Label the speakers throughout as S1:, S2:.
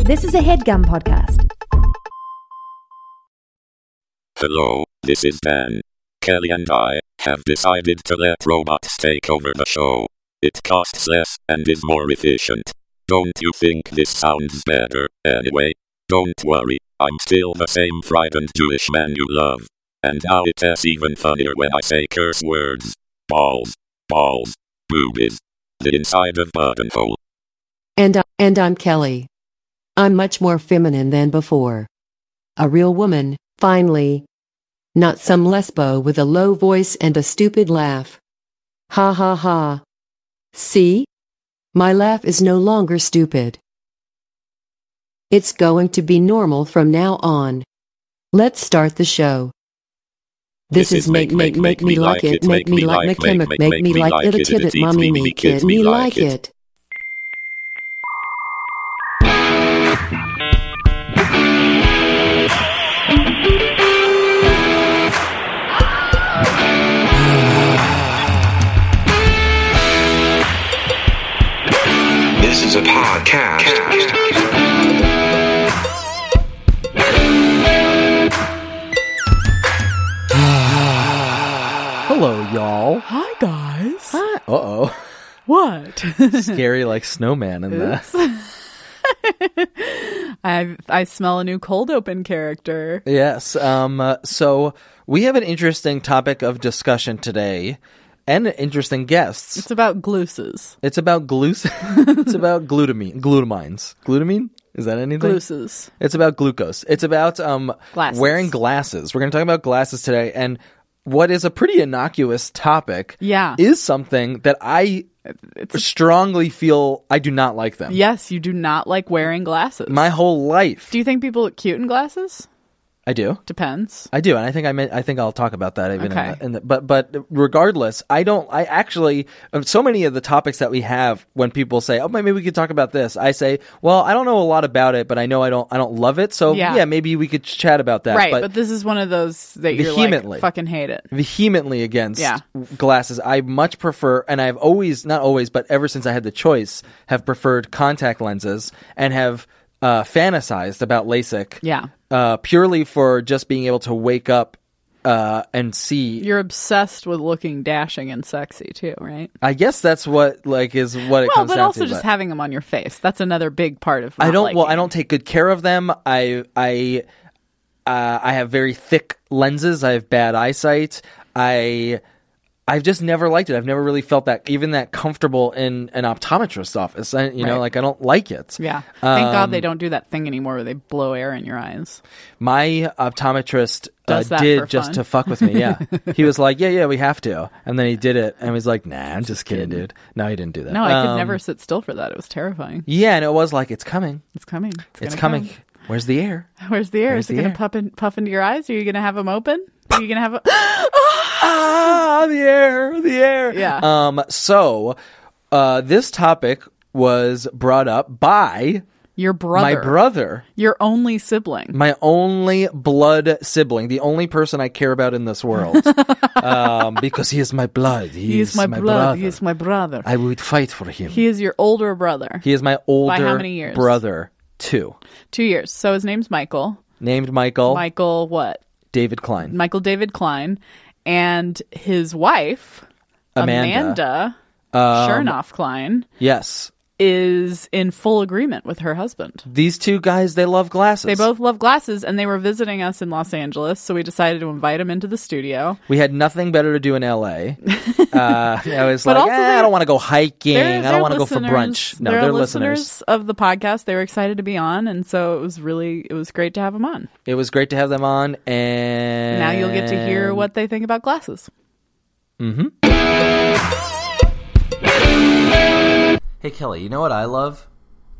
S1: This is a headgum podcast.
S2: Hello, this is Ben. Kelly and I have decided to let robots take over the show. It costs less and is more efficient. Don't you think this sounds better? Anyway, don't worry, I'm still the same frightened Jewish man you love. And now it's even funnier when I say curse words. Balls, balls, boobies, the inside of buttonhole.
S3: And I- and I'm Kelly. I'm much more feminine than before. A real woman, finally. Not some lesbo with a low voice and a stupid laugh. Ha ha ha. See? My laugh is no longer stupid. It's going to be normal from now on. Let's start the show. This is make make make me like it make me like make me make me like it a tibbit mommy me kid me like it.
S4: This is a podcast.
S5: Hello, y'all.
S6: Hi guys.
S5: Uh oh.
S6: What?
S5: Scary like snowman in the.
S6: I I smell a new cold open character.
S5: Yes. Um. uh, So we have an interesting topic of discussion today, and interesting guests.
S6: It's about gluces.
S5: It's about gluce. it's about glutamine. Glutamines. Glutamine. Is that anything?
S6: Gluces.
S5: It's about glucose. It's about um
S6: Glasses.
S5: wearing glasses. We're going to talk about glasses today, and what is a pretty innocuous topic.
S6: Yeah.
S5: Is something that I strongly feel I do not like them.
S6: Yes, you do not like wearing glasses.
S5: My whole life.
S6: do you think people look cute in glasses?
S5: I do.
S6: Depends.
S5: I do, and I think I meant, I think I'll talk about that even.
S6: Okay.
S5: In the, in the, but but regardless, I don't. I actually of so many of the topics that we have when people say, "Oh, maybe we could talk about this," I say, "Well, I don't know a lot about it, but I know I don't I don't love it, so yeah,
S6: Yeah.
S5: maybe we could chat about that."
S6: right, but, this is one of those that you're
S5: Vehemently.
S6: like fucking hate it.
S5: vehemently against
S6: Yeah.
S5: glasses. I much prefer, and I've always, not always, but ever since I had the choice, have preferred contact lenses and have uh, fantasized about LASIK.
S6: Yeah.
S5: Uh, purely for just being able to wake up uh, and see.
S6: You're obsessed with looking dashing and sexy too, right?
S5: I guess that's what like is what it
S6: well,
S5: comes
S6: but
S5: down
S6: also
S5: to.
S6: just
S5: but-
S6: having them on your face. That's another big part of.
S5: I
S6: not
S5: don't.
S6: liking
S5: Well, I
S6: it.
S5: don't take good care of them. I I uh, I have very thick lenses. I have bad eyesight. I I've just never liked it. I've never really felt that even that comfortable in an optometrist's office. I, you know,
S6: Right.
S5: like I don't like it.
S6: Yeah. Thank God
S5: Um,
S6: they don't do that thing anymore where they blow air in your eyes.
S5: My optometrist uh,
S6: Does that
S5: did
S6: for
S5: just
S6: fun.
S5: to fuck with me. Yeah, he was like, "Yeah, yeah, we have to," and then he did it, and was like, "Nah, I'm just kidding, dude." No, he didn't do that.
S6: No, I could
S5: Um,
S6: never sit still for that. It was terrifying.
S5: Yeah, and it was like, "It's coming,
S6: It's coming.
S5: it's
S6: gonna
S5: coming." Where's the air?
S6: come. Where's the air?
S5: Where's
S6: Is
S5: the
S6: it going
S5: air?
S6: to puff, in, puff into your eyes? Are you going to have them open? Are you going to have a.
S5: ah, the air, the air.
S6: Yeah.
S5: Um. So, uh, this topic was brought up by
S6: your brother.
S5: my brother,
S6: Your only sibling.
S5: my only blood sibling, the only person I care about in this world, um, because he is my blood. He,
S6: he is my, blood. He
S5: brother.
S6: is my brother.
S5: I would fight for him.
S6: he is your older brother.
S5: He is my older
S6: many years?
S5: brother, too,
S6: Two years. So his name's Michael.
S5: named Michael
S6: Michael, what?
S5: David Klein.
S6: Michael David Klein. And his wife,
S5: Amanda. Um,
S6: Amanda, Chernoff Klein,
S5: yes,
S6: is in full agreement with her husband.
S5: these two guys they love glasses.
S6: They both love glasses, and they were visiting us in Los Angeles, so we decided to invite them into the studio.
S5: We had nothing better to do in LA. Uh, I was like,
S6: But also
S5: "Eh, I
S6: they're-
S5: don't want to go hiking.
S6: They're-
S5: I
S6: they're
S5: don't want to go for
S6: listeners-
S5: brunch. No, they're, listeners.
S6: of the podcast. They were excited to be on, and so it was really it was great to have them on.
S5: It was great to have them on, and
S6: Now you'll get to hear what they think about glasses.
S5: Hey Kelly, you know what I love?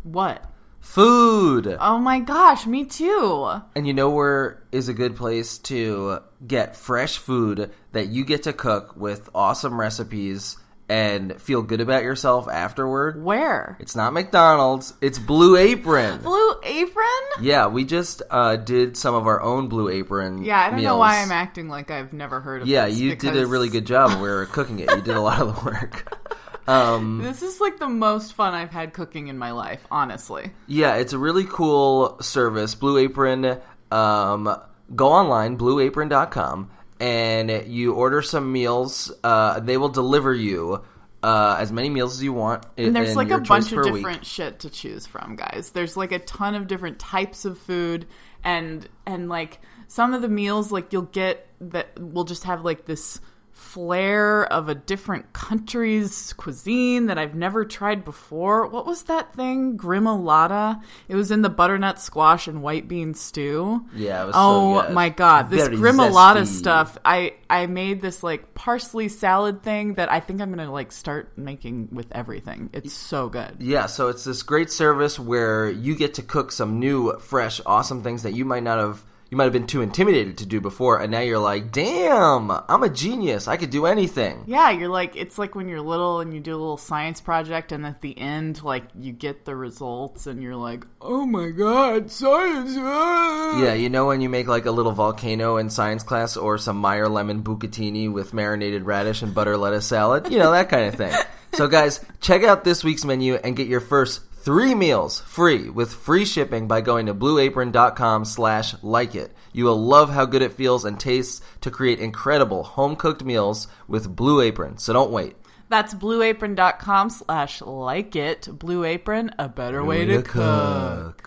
S7: What?
S5: Food.
S7: Oh my gosh, me too.
S5: And you know where is a good place to get fresh food that you get to cook with awesome recipes and feel good about yourself afterward?
S7: Where?
S5: It's not McDonald's. It's Blue Apron.
S7: Blue apron?
S5: Yeah, we just uh, did some of our own Blue Apron.
S7: Yeah, I don't know
S5: meals.
S7: why I'm acting like I've never heard of
S5: Yeah,
S7: this
S5: you did a
S7: because-
S5: really good job. We were cooking it. You did a lot of the work.
S8: Um,
S7: This is like the most fun I've had cooking in my life, honestly.
S8: Yeah, it's a really cool service. Blue Apron. Um, go online, blueapron.com, and you order some meals. Uh, they will deliver you uh, as many meals as you want.
S7: And there's like a bunch of different shit to choose from, guys. There's like a ton of different types of food and and like some of the meals like you'll get that will just have like this flair of a different country's cuisine that I've never tried before. What was that thing? Grimolata? It was in the butternut squash and white bean stew.
S8: Yeah, it was so
S7: oh
S8: good.
S7: my god, this
S8: Very
S7: Grimolata
S8: zesty.
S7: stuff. I I made this like parsley salad thing that I think I'm gonna like start making with everything. It's so good.
S8: Yeah, so it's this great service where you get to cook some new, fresh, awesome things that you might not have you might have been too intimidated to do before and now you're like, "Damn, I'm a genius. I could do anything."
S7: Yeah, you're like it's like when you're little and you do a little science project, and at the end, like you get the results, and you're like, oh my god, science! ah!"
S8: Yeah, you know when you make like a little volcano in science class or some Meyer lemon bucatini with marinated radish and butter lettuce salad? You know, that kind of thing. So guys, check out this week's menu and get your first three meals free with free shipping by going to blueapron.com slash like it. You will love how good it feels and tastes to create incredible home cooked meals with Blue Apron. So don't wait.
S7: That's blueapron.com slash like it. Blue Apron, a better way to cook.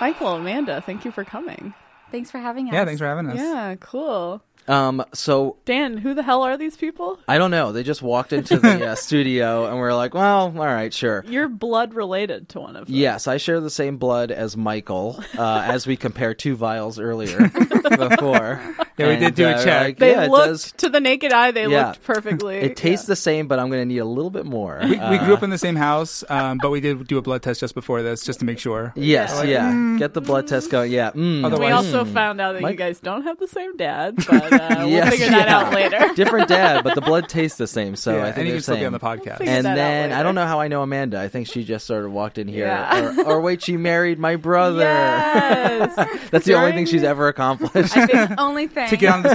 S6: Michael, Amanda, thank you for coming.
S9: Thanks for having us.
S10: Yeah, thanks for having us.
S6: Yeah, cool.
S5: Um, so
S6: Dan, who the hell are these people?
S5: I don't know. They just walked into the uh, studio and we're like, well, all right, sure.
S6: You're blood related to one of them.
S5: Yes, I share the same blood as Michael, uh, as we compared two vials earlier before.
S10: Yeah, we did do a
S5: we're
S10: check.
S5: like,
S6: They
S5: yeah, it
S6: looked
S5: does-
S6: to the naked eye. They
S5: Yeah.
S6: looked perfectly.
S5: It tastes the same, but I'm going to need a little bit more.
S10: We, we
S5: Uh,
S10: grew up in the same house, um, but we did do a blood test just before this, just to make sure.
S5: Yes, yeah.
S6: Mm-hmm.
S5: Get the blood test going. Yeah. Mm.
S10: Otherwise-
S6: We
S10: Why-
S6: also found out that you
S5: Mike-
S6: guys don't have the same dad, but uh, we'll
S5: Yes,
S6: figure that
S5: yeah.
S6: out later.
S5: Different dad, but the blood tastes the same. So
S10: Yeah,
S5: I think
S10: and you
S5: they're
S10: can still be on the
S5: same.
S10: podcast.
S6: Figure
S5: And
S6: that out
S5: then I
S6: later.
S5: don't know how I know Amanda. I think she just sort of walked in here.
S6: Yeah.
S5: Or, or wait, she married my brother.
S6: Yes.
S5: That's the only
S6: During-
S5: thing she's ever accomplished.
S9: I think only thing.
S10: to get on this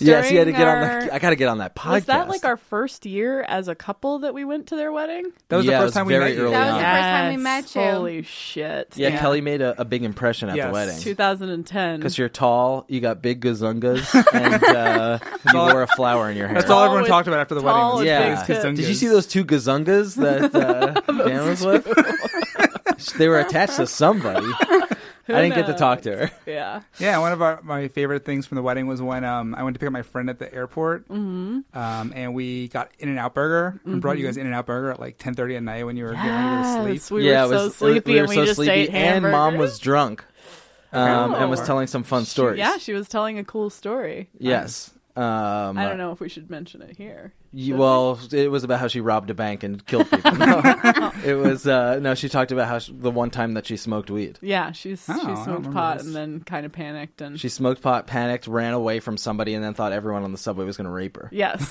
S5: yes, you had to
S9: during
S5: get on.
S9: our-
S5: The, I got to get on that podcast.
S6: Was that like our first year as a couple that we went to their wedding?
S10: That was
S5: Yeah, it
S10: the first
S5: was
S10: time we
S5: very
S10: met you.
S5: early
S9: That was the
S5: on.
S9: first time we met you.
S6: Holy shit.
S5: Yeah,
S6: Dan.
S5: Kelly made a, a big impression at the
S10: Yes.
S5: wedding.
S6: 2010.
S5: Because you're tall, you got big gazungas, and uh, you
S10: all-
S5: wore a flower in your hair.
S10: That's all
S6: Tall
S10: everyone
S6: with-
S10: talked about after the
S6: tall
S10: wedding.
S5: with
S10: was these
S5: big
S10: two
S6: tits.
S5: Did you
S10: stongas.
S5: see those two gazungas that uh, Dan was with? they were attached to somebody. I didn't get to talk to her.
S6: Yeah.
S10: Yeah, one of our, my favorite things from the wedding was when um, I went to pick up my friend at the airport,
S6: Mm-hmm.
S10: um, and we got In and Out Burger and brought you guys In and Out Burger at like ten thirty at night when you were getting ready to
S6: Yes,
S10: sleep.
S6: we
S5: yeah,
S6: were
S5: it
S6: so
S5: was,
S6: sleepy
S5: we were
S6: and we
S5: so
S6: just
S5: sleepy,
S6: ate
S5: and
S6: hamburgers.
S5: mom was drunk um, and was telling some fun stories.
S6: Yeah, she was telling a cool story.
S5: yes. Um,
S6: I don't know if we should mention it here.
S5: You, well, it was about how she robbed a bank and killed people. No. it was uh, no. She talked about how she, the one time that she smoked weed.
S6: Yeah, she's
S10: Oh, I
S6: she
S10: don't
S6: smoked
S10: remember
S6: pot
S10: this.
S6: and then kind of panicked and
S5: She smoked pot, panicked, ran away from somebody, and then thought everyone on the subway was going to rape her.
S6: yes,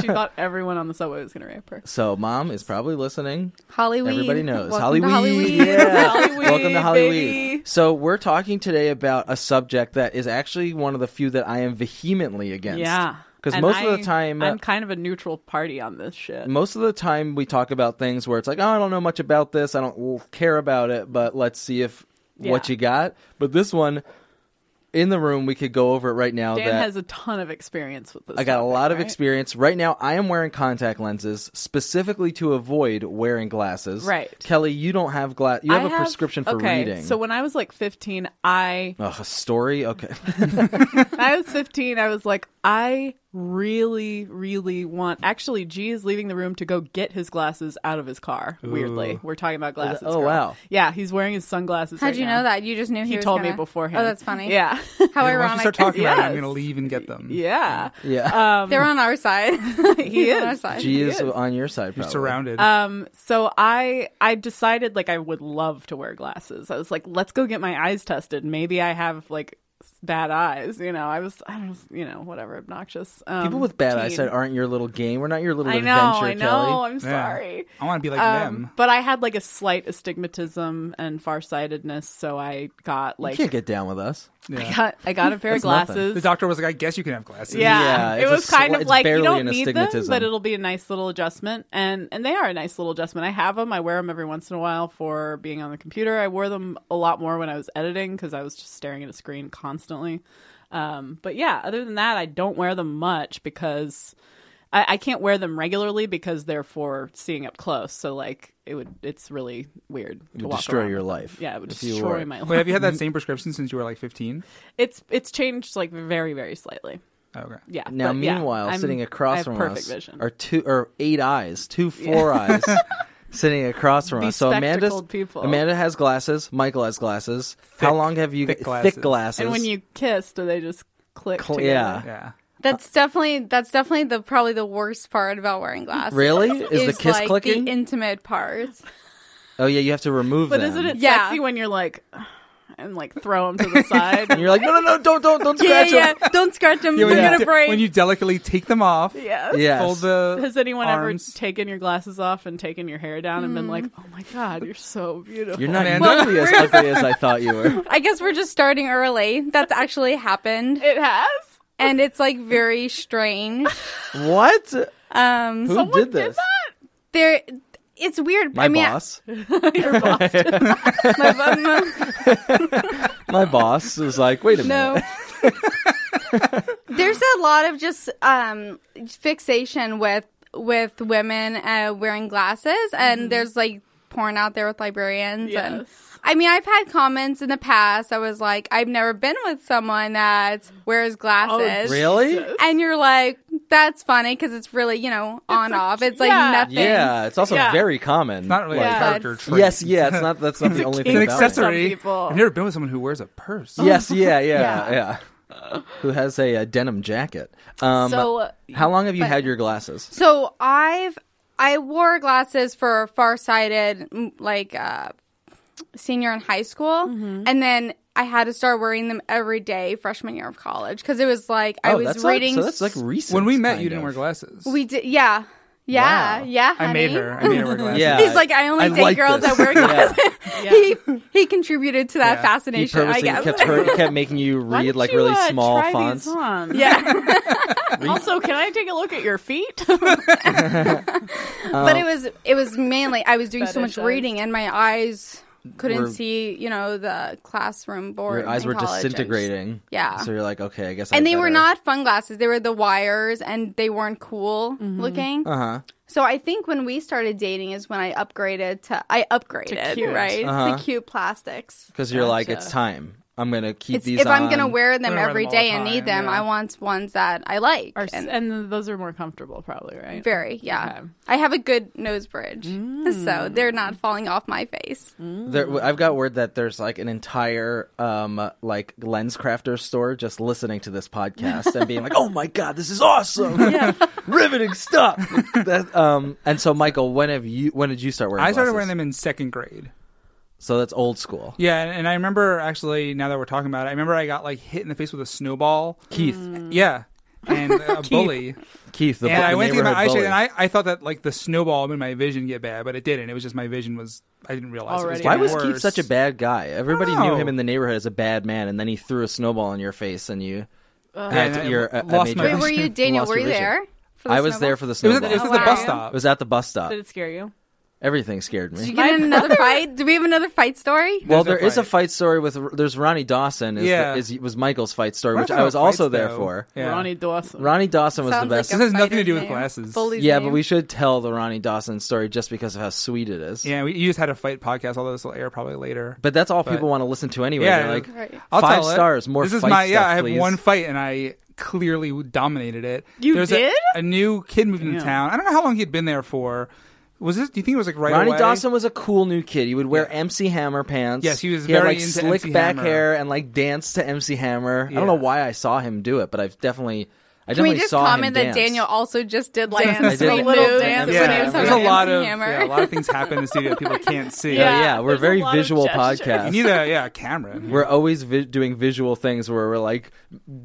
S6: she thought everyone on the subway was going to rape her.
S5: So, mom is probably listening.
S9: Hollyweed.
S5: Everybody knows
S9: Welcome to
S5: Hollyweed.
S9: Hollyweed.
S5: Yeah.
S6: Hollyweed,
S5: Welcome to
S6: baby.
S5: Hollyweed. So, we're talking today about a subject that is actually one of the few that I am vehemently against.
S6: Yeah,
S5: Because
S6: And
S5: most of
S6: I-
S5: the time,
S6: I'm kind of a neutral party on this shit.
S5: most of the time we talk about things where it's like, oh, I don't know much about this. I don't care about it, but let's see if what
S6: Yeah.
S5: you got. But this one in the room, we could go over it right now.
S6: Dan
S5: that
S6: has a ton of experience with this.
S5: I got a
S6: topic,
S5: lot of
S6: right?
S5: experience. Right now, I am wearing contact lenses specifically to avoid wearing glasses.
S6: Right.
S5: Kelly, you don't have glass. You have
S6: I
S5: a prescription for
S6: okay,
S5: reading.
S6: So when I was like 15, I
S5: Ugh, a story? Okay.
S6: when I was 15, I was like, I really, really want. Actually, G is leaving the room to go get his glasses out of his car. Weirdly, we're talking about glasses.
S5: Oh,
S6: girl.
S5: wow.
S6: Yeah, he's wearing his sunglasses.
S9: How'd
S6: right
S9: you
S6: now.
S9: know that? You just knew he,
S6: He
S9: was
S6: told me
S9: gonna-
S6: beforehand.
S9: Oh, that's funny.
S6: Yeah,
S9: How
S10: And once
S9: ironic.
S10: you start talking about it, I'm
S6: Yes.
S10: going to leave and get them.
S6: yeah.
S5: Yeah.
S9: They're on our side.
S6: He
S9: He's on our
S6: Uh, is.
S9: side.
S5: G is on your side.
S10: You're
S5: probably.
S10: surrounded.
S6: Um, so I I decided like I would love to wear glasses. I was like, let's go get my eyes tested. Maybe I have like s- bad eyes. You know, I was, I was, you know, whatever, obnoxious. Um,
S5: People with bad
S6: teen.
S5: eyesight aren't your little game. We're not your little
S6: I know,
S5: adventure,
S6: I
S5: Kelly.
S6: know. I'm
S10: Yeah.
S6: sorry.
S10: I want to be like
S6: Um,
S10: them.
S6: but I had like a slight astigmatism and farsightedness, so I got
S5: you
S6: like
S5: can't get down with us.
S6: I got I got a pair of
S5: That's nothing.
S6: glasses.
S10: The doctor was like, "I guess you can have glasses."
S5: Yeah,
S6: Yeah,
S5: it's
S6: it
S5: a
S6: was kind
S5: sli-
S6: of
S5: it's
S6: like you
S5: barely
S6: don't
S5: an
S6: need them,
S5: astigmatism.
S6: but it'll be a nice little adjustment, and and they are a nice little adjustment. I have them. I wear them every once in a while for being on the computer. I wore them a lot more when I was editing because I was just staring at a screen constantly. Um, but yeah, other than that, I don't wear them much because I, I can't wear them regularly because they're for seeing up close. So like it would, it's really weird
S5: It
S6: to
S5: would
S6: walk
S5: destroy
S6: around.
S5: your life.
S6: Yeah, it would
S5: if you were-
S6: destroy my life.
S10: Wait, have you had that same prescription since you were like 15?
S6: It's it's changed like very very slightly.
S10: Oh, Okay.
S6: Yeah.
S5: Now,
S6: but yeah,
S5: meanwhile,
S6: I'm-
S5: sitting
S6: I
S5: across
S6: have
S5: from
S6: perfect
S5: us
S6: vision.
S5: are two or eight eyes, two four eyes, sitting across from us. So Amanda's
S6: Bespectacled people.
S5: Amanda has glasses. Michael has glasses. How long have you
S10: thick
S5: thick
S10: glasses.
S5: glasses?
S6: and when you kiss, do they just click?
S5: Cl-
S6: together?
S5: yeah.
S10: Yeah.
S9: That's definitely that's definitely the probably the worst part about wearing glasses.
S5: Really? Is the kiss
S9: like
S5: clicking?
S9: The intimate part.
S5: oh yeah, you have to remove
S6: But
S5: them.
S6: isn't it
S9: Yeah.
S6: sexy when you're like, and like throw them to the side?
S5: And you're like, no, no, no, don't, don't, don't
S9: Yeah,
S5: scratch
S9: yeah.
S5: them.
S9: Don't scratch them. They're
S10: when, you
S9: gonna
S10: de-
S9: break.
S10: when you delicately take them off,
S6: yes.
S5: Yes.
S10: fold the
S6: Has anyone
S10: arms.
S6: ever taken your glasses off and taken your hair down and been like, "Oh my god, you're so beautiful"?
S5: You're not
S10: Amanda?
S5: nearly as ugly as I thought you were.
S9: I guess we're just starting early. That's actually happened,
S6: It has.
S9: and it's like very strange.
S5: What?
S9: Um,
S5: Who did this?
S9: there, it's weird.
S5: My
S9: I mean,
S5: boss.
S9: My, bo-
S5: My boss was like, wait a
S9: no.
S5: minute.
S9: There's a lot of just um, fixation with with women uh, wearing glasses, and there's like porn out there with librarians. And
S6: Yes.
S9: I mean, I've had comments in the past. I was like, I've never been with someone that wears glasses.
S5: Really?
S9: And you're like, that's funny because it's really, you know, on off. It's like
S6: yeah.
S9: nothing.
S5: Yeah, it's also
S6: Yeah.
S5: very common.
S10: It's not really
S6: Yeah.
S10: a character
S9: That's-
S10: trait.
S5: Yes, yeah, it's not. That's not the only
S10: It's
S5: thing.
S10: an
S5: about it.
S10: accessory.
S6: people.
S10: I've never been with someone who wears a purse.
S5: Yes, yeah, yeah, yeah. Who has a, uh denim jacket? Um,
S6: So,
S5: how long have you had your glasses?
S9: So I've I wore glasses for farsighted m- like uh, senior in high school,
S5: Mm-hmm.
S9: and then I had to start wearing them every day freshman year of college because it was like I
S5: oh,
S9: was
S5: that's
S9: reading.
S5: Like, so that's like recent.
S10: When we met,
S5: kind
S10: you didn't
S5: of.
S10: wear glasses.
S9: we did, yeah, yeah,
S5: Wow.
S9: yeah.
S10: I made
S9: honey.
S10: her. I made her wear glasses.
S5: Yeah.
S9: He's like, I only
S5: I
S9: date
S5: like
S9: girls
S5: this.
S9: that wear
S5: Yeah.
S9: glasses. he he contributed to that
S10: Yeah. He
S5: He
S9: fascination, I
S5: purposely
S9: guess.
S5: kept her, kept making you
S6: Why
S5: read
S6: don't
S5: like
S6: you,
S5: really
S6: uh,
S5: small
S6: try
S5: fonts.
S6: These on?
S9: yeah.
S6: Also, can I take a look at your feet?
S5: Um,
S9: but it was it was mainly I was doing so much
S6: Fetishized.
S9: reading and my eyes couldn't
S5: Were-
S9: see you know the classroom board.
S5: Your eyes
S9: in
S5: were
S9: college and-
S5: disintegrating.
S9: Yeah.
S5: So you're like, okay, I guess. I
S9: And they were
S5: better-
S9: not fun glasses. They were the wires, and they weren't cool looking.
S5: Uh-huh.
S9: So I think when we started dating is when I upgraded to I upgraded
S6: cute.
S9: right
S5: Uh-huh.
S9: to cute plastics.
S5: Because you're like, it's time. I'm gonna keep
S9: It's,
S5: these.
S9: if I'm gonna
S5: on.
S9: wear them
S10: Gonna wear
S9: every
S10: them all the
S9: day and need
S10: time,
S9: them,
S10: yeah.
S9: I want ones that I like.
S6: Are s-
S9: and
S6: and those are more comfortable, probably, right?
S9: very yeah,
S6: Okay.
S9: I have a good nose bridge, so they're not falling off my face.
S5: There, I've got word that there's like an entire um like lens crafter store just listening to this podcast and being like, "Oh my god, this is awesome! Riveting stuff." That, um, and so, Michael, when have you? When did you start wearing?
S10: I started
S5: glasses?
S10: wearing them in second grade.
S5: So that's old school.
S10: Yeah, and, and I remember actually. Now that we're talking about it, I remember I got like hit in the face with a snowball.
S5: Keith,
S10: Yeah, and a bully.
S5: Keith, the, bu-
S10: and I
S5: the
S10: went to get my
S5: neighborhood
S10: eyes checked,
S5: bully.
S10: and I, I thought that like the snowball made my vision get bad, but it didn't. It was just my vision was I didn't realize. It was
S6: Already
S5: Why
S10: getting
S5: was
S10: worse.
S5: Keith such a bad guy? Everybody knew
S10: know.
S5: him in the neighborhood as a bad man, and then he threw a snowball in your face, and you had
S10: Yeah, and I
S5: your uh,
S10: lost
S5: a
S10: my
S5: major-
S9: Wait, were you Daniel?
S5: lost
S9: Were you
S5: your vision.
S9: there? for the
S5: I was
S9: snowball?
S5: there for the
S10: It was
S5: snowball.
S10: at, it was at
S9: Wow.
S10: the bus
S5: It
S10: stop.
S5: was at the bus stop.
S6: Did it scare you?
S5: Everything scared me.
S9: Did you get in another fight? Do we have another fight story?
S5: Well,
S10: There's
S5: there
S10: no
S5: is a
S10: fight.
S5: fight story with there's Ronnie Dawson. Is
S10: Yeah.
S5: is, was Michael's fight story,
S10: We're
S5: which
S10: not
S5: I was
S10: talking about
S5: also
S10: fights,
S5: there
S10: though.
S5: for.
S10: Yeah.
S6: Ronnie Dawson.
S5: Ronnie Dawson was
S9: Sounds
S5: the
S9: like
S5: best.
S9: a
S10: This has nothing to
S9: fighter's
S10: do with
S9: name.
S10: glasses.
S9: Bully's
S5: yeah, but
S9: name.
S5: we should tell the Ronnie Dawson story just because of how sweet it is.
S10: Yeah, we, you just had a fight podcast. Although this will air probably later.
S5: But that's all
S10: But-
S5: people want to listen to anyway.
S10: Yeah,
S5: They're like
S9: Right.
S10: I'll
S5: five
S10: tell it.
S5: stars, more
S10: This is
S5: fight
S10: my yeah.
S5: stuff,
S10: I have
S5: please.
S10: one fight and I clearly dominated it.
S6: You
S10: There was a-
S6: did?
S10: A, new kid moved into town. I don't know how long he'd been there for. Was this? Do you think it was like right
S5: Ronnie
S10: away?
S5: Dawson was a cool new kid. He would wear MC Hammer pants.
S10: Yes, he was
S5: had,
S10: very
S5: like
S10: into
S5: slick
S10: MC
S5: back
S10: Hammer.
S5: hair and like danced to MC Hammer. I don't know
S10: Yeah.
S5: why I saw him do it, but I've definitely I
S9: Can we
S5: definitely
S9: just
S5: saw him
S9: comment that
S5: dance.
S9: Daniel also just did like
S5: I
S9: dance,
S5: did.
S9: a
S5: Sweet
S9: little
S5: moves.
S9: dance
S5: Yeah.
S9: when he was
S5: There's
S9: on
S5: a lot
S9: MC
S5: of-
S9: Hammer?
S10: yeah, a lot of things happen in the studio that people can't see.
S5: Yeah, yeah, we're
S6: there's a
S5: very
S6: lot of
S5: visual
S6: gestures.
S5: podcast.
S10: You need a yeah a camera.
S5: We're always vi- doing visual things where we're like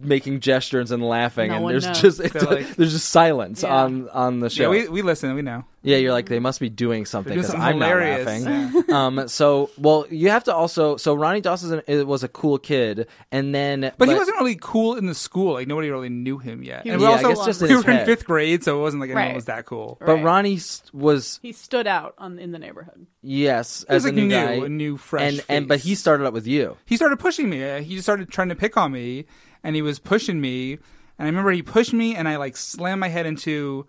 S5: making gestures and laughing,
S6: No
S5: and
S6: one
S5: there's
S6: knows.
S5: just it's,
S10: like-
S5: there's just silence
S6: Yeah.
S5: on on the
S10: yeah,
S5: show.
S10: we, we listen. We know.
S5: Yeah, you're like they must be doing something
S10: They're doing
S5: because I'm
S10: something hilarious.
S5: not laughing. um, so well, you have to also so Ronnie Dawson is- was a cool kid, and then
S10: But, he wasn't really cool in the school. Like nobody really knew him yet.
S6: He was
S10: and we
S5: yeah,
S10: also
S5: I guess just in
S10: we
S5: his
S10: were in
S5: head.
S10: fifth grade, so it wasn't like anyone
S6: Right.
S10: was that cool.
S5: But
S6: Right.
S5: Ronnie s- was
S6: He stood out on in the neighborhood.
S5: yes
S10: He
S5: as
S10: was like
S5: a new,
S10: new,
S5: guy,
S10: a new fresh
S5: and and but
S10: face.
S5: he started up with you.
S10: He started pushing me. Uh, He just started trying to pick on me, and he was pushing me. And I remember he pushed me, and I like slammed my head into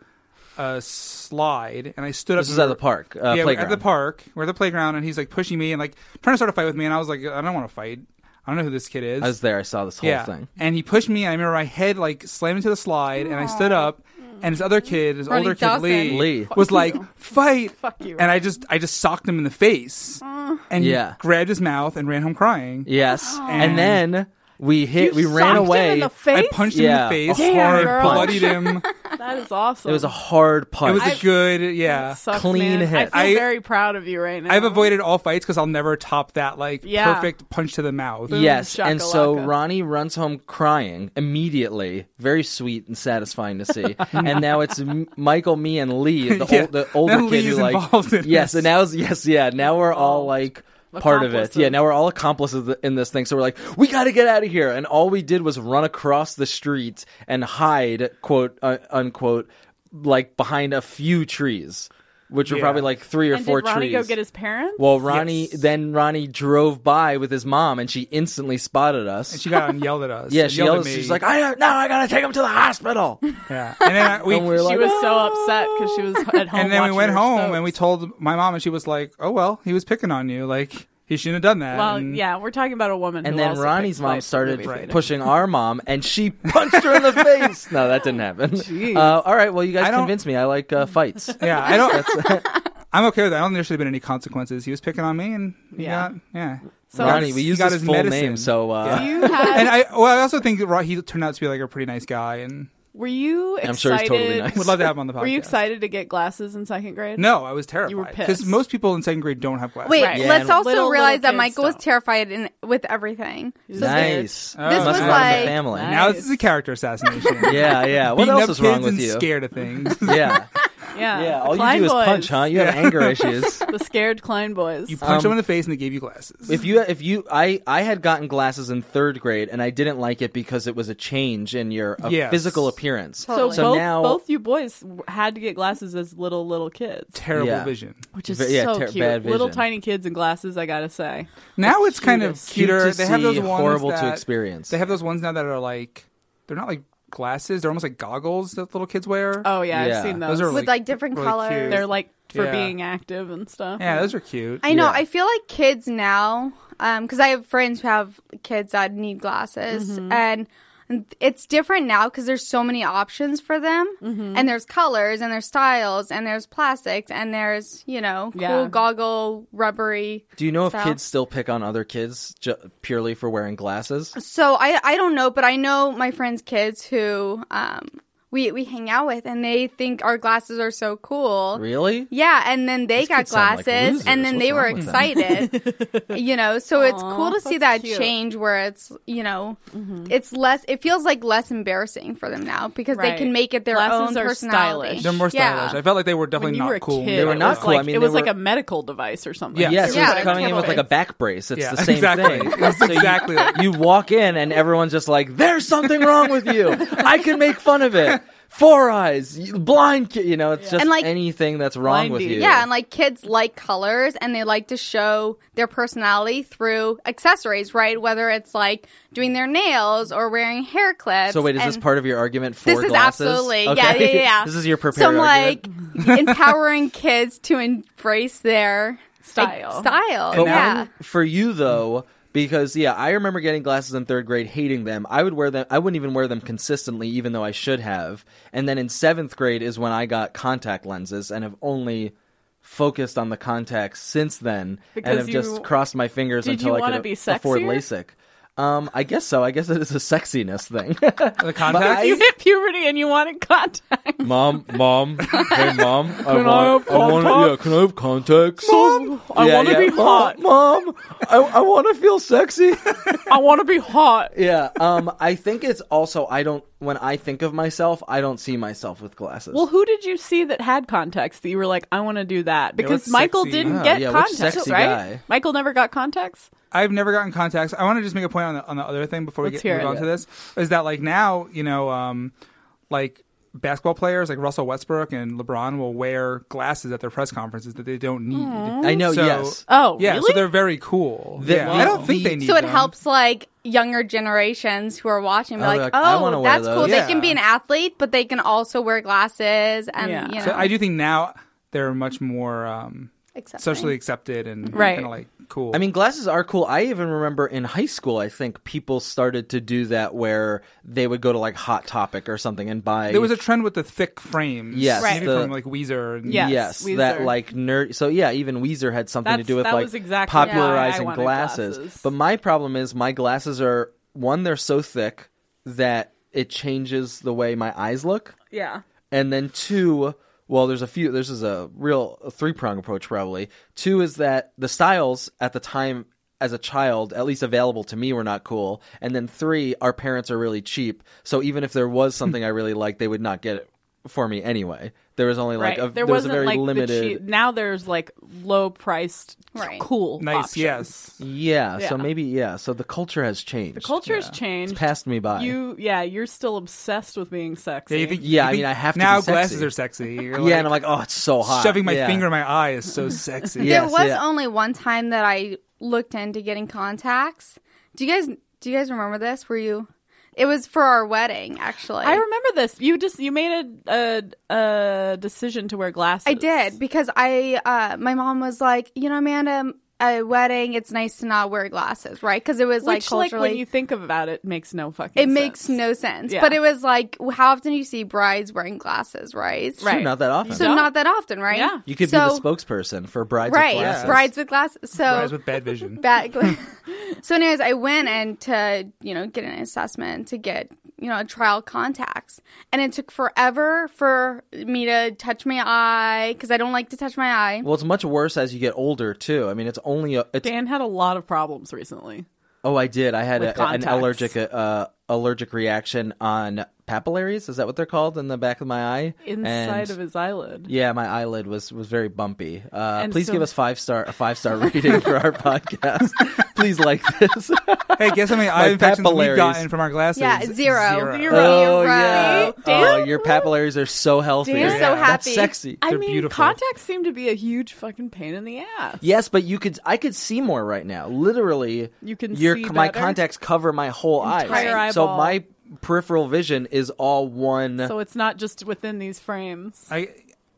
S10: a slide, and I stood up.
S5: This is
S10: and
S5: at
S10: we
S5: the
S10: were-
S5: park uh,
S10: yeah, we're
S5: playground.
S10: at the park. We're at the playground, and he's like pushing me and like trying to start a fight with me. And I was like, I don't want to fight. I don't know who this kid is.
S5: I was there. I saw this whole
S10: yeah.
S5: thing.
S10: And he pushed me, and I remember my head like slammed into the slide, and I stood up. And his other kid, his
S9: Ronnie
S10: older kid
S9: Dawson.
S10: Lee,
S5: Lee.
S10: was like, "Fight!"
S6: Fuck you,
S10: And I just, I just socked him in the face, and
S5: Yeah.
S10: he grabbed his mouth and ran home crying.
S5: Yes, and then we hit. we
S6: You
S5: ran
S6: socked him
S5: away.
S6: in the face?
S10: I punched
S5: Yeah.
S10: him in the face,
S5: Damn,
S10: hard,
S6: girl.
S10: bloodied him.
S6: That is awesome.
S5: It was a hard
S10: It
S5: punch.
S10: was a good, yeah.
S6: Sucks,
S5: clean
S6: man.
S5: hit.
S6: I feel
S10: I-
S6: very proud of you right now.
S10: I've avoided all fights because I'll never top that like
S6: Yeah.
S10: perfect punch to the mouth.
S5: Yes, and so
S6: shakalaka.
S5: Ronnie runs home crying immediately. Very sweet and satisfying to see. and now it's M- Michael, me, and Lee, the,
S10: Yeah.
S5: old, the older
S10: Now
S5: kid
S10: Lee's
S5: who like
S10: involved in
S5: yes,
S10: this. Oh,
S5: and now it's- yes, yeah. Now we're all like part of it.
S6: Accomplices.
S5: Yeah, now we're all accomplices in this thing. So we're like, we got to get out of here. And all we did was run across the street and hide, quote uh, unquote, like behind a few trees, which were
S10: Yeah.
S5: probably like three or
S6: and
S5: four
S6: did Ronnie
S5: trees.
S6: go get his parents?
S5: Well, Ronnie
S10: Yes.
S5: then Ronnie drove by with his mom, and she instantly spotted us.
S10: And she got out and yelled at us.
S5: yeah,
S10: and
S5: she
S10: yelled
S5: yells.
S10: at me.
S5: She's like, "I now I gotta take him to the hospital."
S10: yeah. And then I, we,
S5: and we're
S6: she
S5: like,
S6: was so
S5: "Ah."
S6: upset because she was at home.
S10: and then we
S6: watching
S10: went
S6: her
S10: home
S6: soaps.
S10: and we told my mom, and she was like, "Oh well, he was picking on you. Like he shouldn't have done that."
S6: Well,
S10: and
S6: yeah, we're talking about a woman.
S5: And
S6: who
S5: then
S6: also
S5: Ronnie's
S6: picks
S5: mom
S6: fights
S5: started
S6: with women.
S5: pushing our mom, and she punched her in the face. No, that didn't happen. Uh, all right, well, you
S10: I
S5: guys
S10: don't-
S5: convinced me. I like uh, fights.
S10: Yeah, I don't. I'm okay with that. I don't think there should have been any consequences. He was picking on me, and he
S6: Yeah.
S10: got, yeah.
S6: So
S5: Ronnie, we
S10: He
S5: use
S10: got
S5: his,
S10: his
S5: full
S10: medicine.
S5: name, so uh,
S6: you had,
S10: And I, well, I also think that Ro- he turned out to be like a pretty nice guy, and
S6: were you excited?
S5: I'm sure he's totally nice.
S10: would love to have him on the podcast.
S6: Were you excited to get glasses in second grade?
S10: No, I was terrified.
S6: You were
S10: Because
S6: pissed.
S10: most people in second grade don't have glasses.
S9: Wait,
S6: Right.
S9: let's
S5: Yeah.
S9: also
S6: Little-
S9: realize
S6: little
S9: that
S6: kids
S9: Michael was
S6: don't.
S9: terrified in, with everything. So
S5: nice.
S10: Oh, This
S5: Must
S10: was
S5: be part of
S9: like-
S5: the family.
S10: Now this is a character assassination.
S5: yeah, yeah. What
S10: Beating
S5: else
S10: up
S5: is wrong
S10: kids
S5: with
S10: and
S5: you?
S10: Scared of things.
S5: Yeah,
S6: Yeah.
S5: yeah. All
S6: Klein
S5: you do is
S6: boys.
S5: punch, huh? You have anger issues.
S6: The scared Klein boys.
S10: you punched
S5: Um,
S10: them in the face and they gave you glasses.
S5: If you if you I I had gotten glasses in third grade and I didn't like it because it was a change in your uh,
S10: Yes.
S5: physical appearance.
S6: so,
S9: Totally.
S5: So
S6: both,
S5: now-
S6: both you boys had to get glasses as little little kids,
S10: Terrible
S5: yeah.
S10: vision.
S6: which is
S5: Ve- yeah,
S6: so
S5: ter-
S6: cute.
S5: bad
S6: Little
S5: vision.
S6: tiny kids in glasses, I gotta say.
S10: Now it's kind of
S5: Cute
S10: cuter.
S5: to
S10: they have those
S5: see,
S10: ones
S5: horrible to
S10: that-
S5: experience.
S10: They have those ones now that are like they're not like glasses. They're almost like goggles that little kids wear.
S6: Oh yeah,
S5: Yeah.
S6: I've seen those.
S10: Those are
S9: With like different
S10: really
S9: colors.
S10: cute.
S6: They're like for
S10: Yeah.
S6: being active and stuff.
S10: yeah, those are cute.
S9: I know.
S5: Yeah.
S9: I feel like kids now, because I have friends who have kids that need glasses, and it's different now because there's so many options for them, and there's colors, and there's styles, and there's plastics, and there's you know cool
S6: Yeah.
S9: goggle rubbery.
S5: Do you know if
S9: So-
S5: kids still pick on other kids ju- purely for wearing glasses?
S9: So I I don't know, but I know my friends' kids who um we we hang out with, and they think our glasses are so cool.
S5: Really?
S9: Yeah, and then they
S5: These
S9: got
S5: kids sound like
S9: glasses, and then
S5: losers. What's
S9: they were
S5: wrong with them?
S9: excited. you know, so it's cool to see that
S6: that's cute. Mm-hmm.
S9: change where it's you know, it's less. It feels like less embarrassing for them now because
S6: Right.
S9: they can make it their
S6: Glasses
S9: own
S6: are
S9: personality.
S6: stylish.
S10: They're more
S9: Yeah.
S10: stylish. I felt like they were
S6: When
S10: definitely
S6: you were
S10: not
S6: a
S10: cool.
S6: kid,
S5: They were
S6: it
S5: not
S6: was
S5: cool. I
S6: Like,
S5: mean,
S6: it
S5: they
S6: was like
S5: were-
S6: a medical device or something.
S10: Yes,
S5: Yes,
S10: it
S5: it's
S9: Yeah, like
S5: coming in with like a
S9: cover.
S5: back brace. It's
S10: Yeah,
S5: the same
S10: exactly.
S5: thing.
S10: That's exactly
S5: you,
S10: it.
S5: you walk in and everyone's just like, "There's something wrong with you. I can make fun of it." Four eyes, you- blind kid. You know, it's just
S9: And, like-
S5: anything that's wrong with
S6: Blindy.
S5: you.
S9: Yeah, and like kids like colors and they like to show their personality through accessories, right? Whether it's like doing their nails or wearing hair clips.
S5: So wait, is this
S9: and-
S5: part of your argument for
S9: This is
S5: glasses?
S9: absolutely yeah, yeah,
S5: Okay.
S9: yeah, yeah.
S5: this is your prepared
S9: So I'm
S5: argument.
S9: like empowering kids to embrace their
S6: Style.
S9: like, style.
S5: But
S9: yeah.
S5: one- for you though, because yeah, I remember getting glasses in third grade, hating them. I would wear them. I wouldn't even wear them consistently, even though I should have. And then in seventh grade is when I got contact lenses, and have only focused on the contacts since then,
S6: Because
S5: and have
S6: you-
S5: just crossed my fingers
S6: Did
S5: until
S6: you
S5: I
S6: wanna
S5: could
S6: be
S5: afford
S6: sexier?
S5: LASIK. Um, I guess so. I guess it is a sexiness thing.
S10: The contact.
S6: you hit puberty and you wanted contact.
S5: mom, mom, hey mom. Can I,
S6: have
S5: want,
S6: contact?
S5: yeah, can I have contacts? Mom,
S6: I wanna be hot.
S5: Oh, Mom, I, I want to feel sexy.
S6: I want to be hot.
S5: yeah. Um, I think it's also I don't when I think of myself, I don't see myself with glasses.
S6: Well, who did you see that had contacts that you were like, I want to do that? Because
S10: what's
S6: Michael
S10: sexy?
S6: didn't
S10: Oh,
S6: get
S5: yeah, what's
S6: contacts,
S5: sexy
S6: right?
S5: guy?
S6: Michael never got contacts.
S10: I've never gotten contacts. I want to just make a point on the, on the other thing before we
S6: Let's
S10: get
S6: hear
S10: move
S6: it.
S10: on to this. Is that like now you know, um, like basketball players like Russell Westbrook and LeBron will wear glasses at their press conferences that they don't need.
S5: I know.
S10: So-
S5: yes.
S6: Oh,
S10: yeah,
S6: really?
S10: so they're very cool.
S5: The-
S10: yeah. I don't think
S5: the-
S10: they need.
S9: So it
S10: them.
S9: helps like younger generations who are watching be
S5: Oh,
S9: like,
S5: they're like, I wanna
S9: oh,
S5: wear
S9: that's
S5: those."
S9: cool.
S10: Yeah.
S9: They can be an athlete, but they can also wear glasses and
S6: Yeah.
S9: you know,
S10: So I do think now they're much more um,
S9: accepting.
S10: socially accepted and
S6: Right.
S10: kind of like cool.
S5: I mean, glasses are cool. I even remember in high school, I think people started to do that where they would go to like Hot Topic or something and buy.
S10: there was a trend with the thick frames.
S5: Yes,
S10: maybe
S5: Right.
S10: from
S5: the-
S10: like Weezer. And,
S6: Yeah.
S5: yes,
S6: Yes,
S5: that
S6: Weezer.
S5: like nerd. So yeah, even Weezer had something
S6: That's-
S5: to do with
S6: that
S5: like
S6: was exactly why I
S5: popularizing
S6: wanted
S5: glasses.
S6: glasses.
S5: But my problem is my glasses are one they're so thick that it changes the way my eyes look,
S6: yeah.
S5: and then two. Well, there's a few. This is a real three prong approach, probably. Two is that the styles at the time, as a child, at least available to me, were not cool. And then three, our parents are really cheap, so even if there
S6: Hmm.
S5: was something I really liked, they would not get it for me anyway. There was only like
S6: right.
S5: a,
S6: there,
S5: was a
S6: wasn't
S5: very
S6: like
S5: limited.
S6: the cheap. Now there's like low priced,
S9: Right.
S6: cool.
S10: Nice.
S6: options.
S10: Yes.
S5: Yeah, so
S6: Yeah.
S5: maybe yeah. So the culture has changed.
S6: The culture's changed.
S5: It's passed me by.
S6: You, yeah, you're still obsessed with being sexy.
S10: Yeah. You think,
S5: Yeah,
S10: you
S5: I
S10: think
S5: mean, I have to be
S10: now
S5: sexy.
S10: glasses are sexy. You're
S5: yeah, and I'm like, oh, it's so hot.
S10: shoving my
S5: Yeah.
S10: finger in my eye is so sexy.
S5: Yeah.
S9: there
S5: Yes,
S9: was
S5: yeah.
S9: only one time that I looked into getting contacts. Do you guys do you guys remember this? Were you? It was for our wedding, actually.
S6: I remember this. You just you made a a, a decision to wear glasses.
S9: I did because I uh, my mom was like, you know, Amanda, a wedding, it's nice to not wear glasses, right? Because it was like
S6: Which, like,
S9: culturally.
S6: when you think about it, makes no fucking.
S9: it makes
S6: sense.
S9: no sense,
S6: Yeah.
S9: but it was like, how often do you see brides wearing glasses, right?
S5: Sure,
S6: Right.
S5: Not that often.
S9: So
S6: don't.
S9: not that often, right?
S6: Yeah.
S5: you could
S9: so,
S5: be the spokesperson for brides
S9: right?
S5: with glasses.
S9: Brides with glasses. So
S10: Guys with bad vision.
S9: bad gla- so anyways i went and to you know get an assessment to get you know trial contacts and it took forever for me to touch my eye because i don't like to touch my eye
S5: Well, it's much worse as you get older too. I mean, it's only a. It's,
S6: Dan had a lot of problems recently.
S5: oh, I did. I had
S6: With
S5: a, an
S6: contacts.
S5: allergic uh, allergic reaction on papillaries. Is that what they're called in the back of my eye?
S6: inside
S5: And-
S6: of his eyelid.
S5: Yeah, my eyelid was was very bumpy. Uh,
S6: And
S5: please
S6: so-
S5: give us five star a five star rating for our podcast. please like this.
S10: hey, guess how many eye infections
S5: papillaries.
S10: we've gotten from our glasses?
S9: yeah zero
S10: Zero.
S5: Oh
S9: Zero.
S5: yeah.
S6: Dan?
S5: Oh, your papillaries are so healthy.
S6: Dan's
S9: so
S5: That's
S9: happy.
S5: sexy.
S6: I
S10: They're
S6: mean,
S10: beautiful.
S6: contacts seem to be a huge fucking pain in the ass.
S5: yes, but you could. I could see more right now. Literally,
S6: You can
S5: Your
S6: see
S5: my
S6: better?
S5: contacts cover my whole
S6: Entire
S5: eye. So
S6: eyeball.
S5: my peripheral vision is all one.
S6: So it's not just within these frames.
S10: I,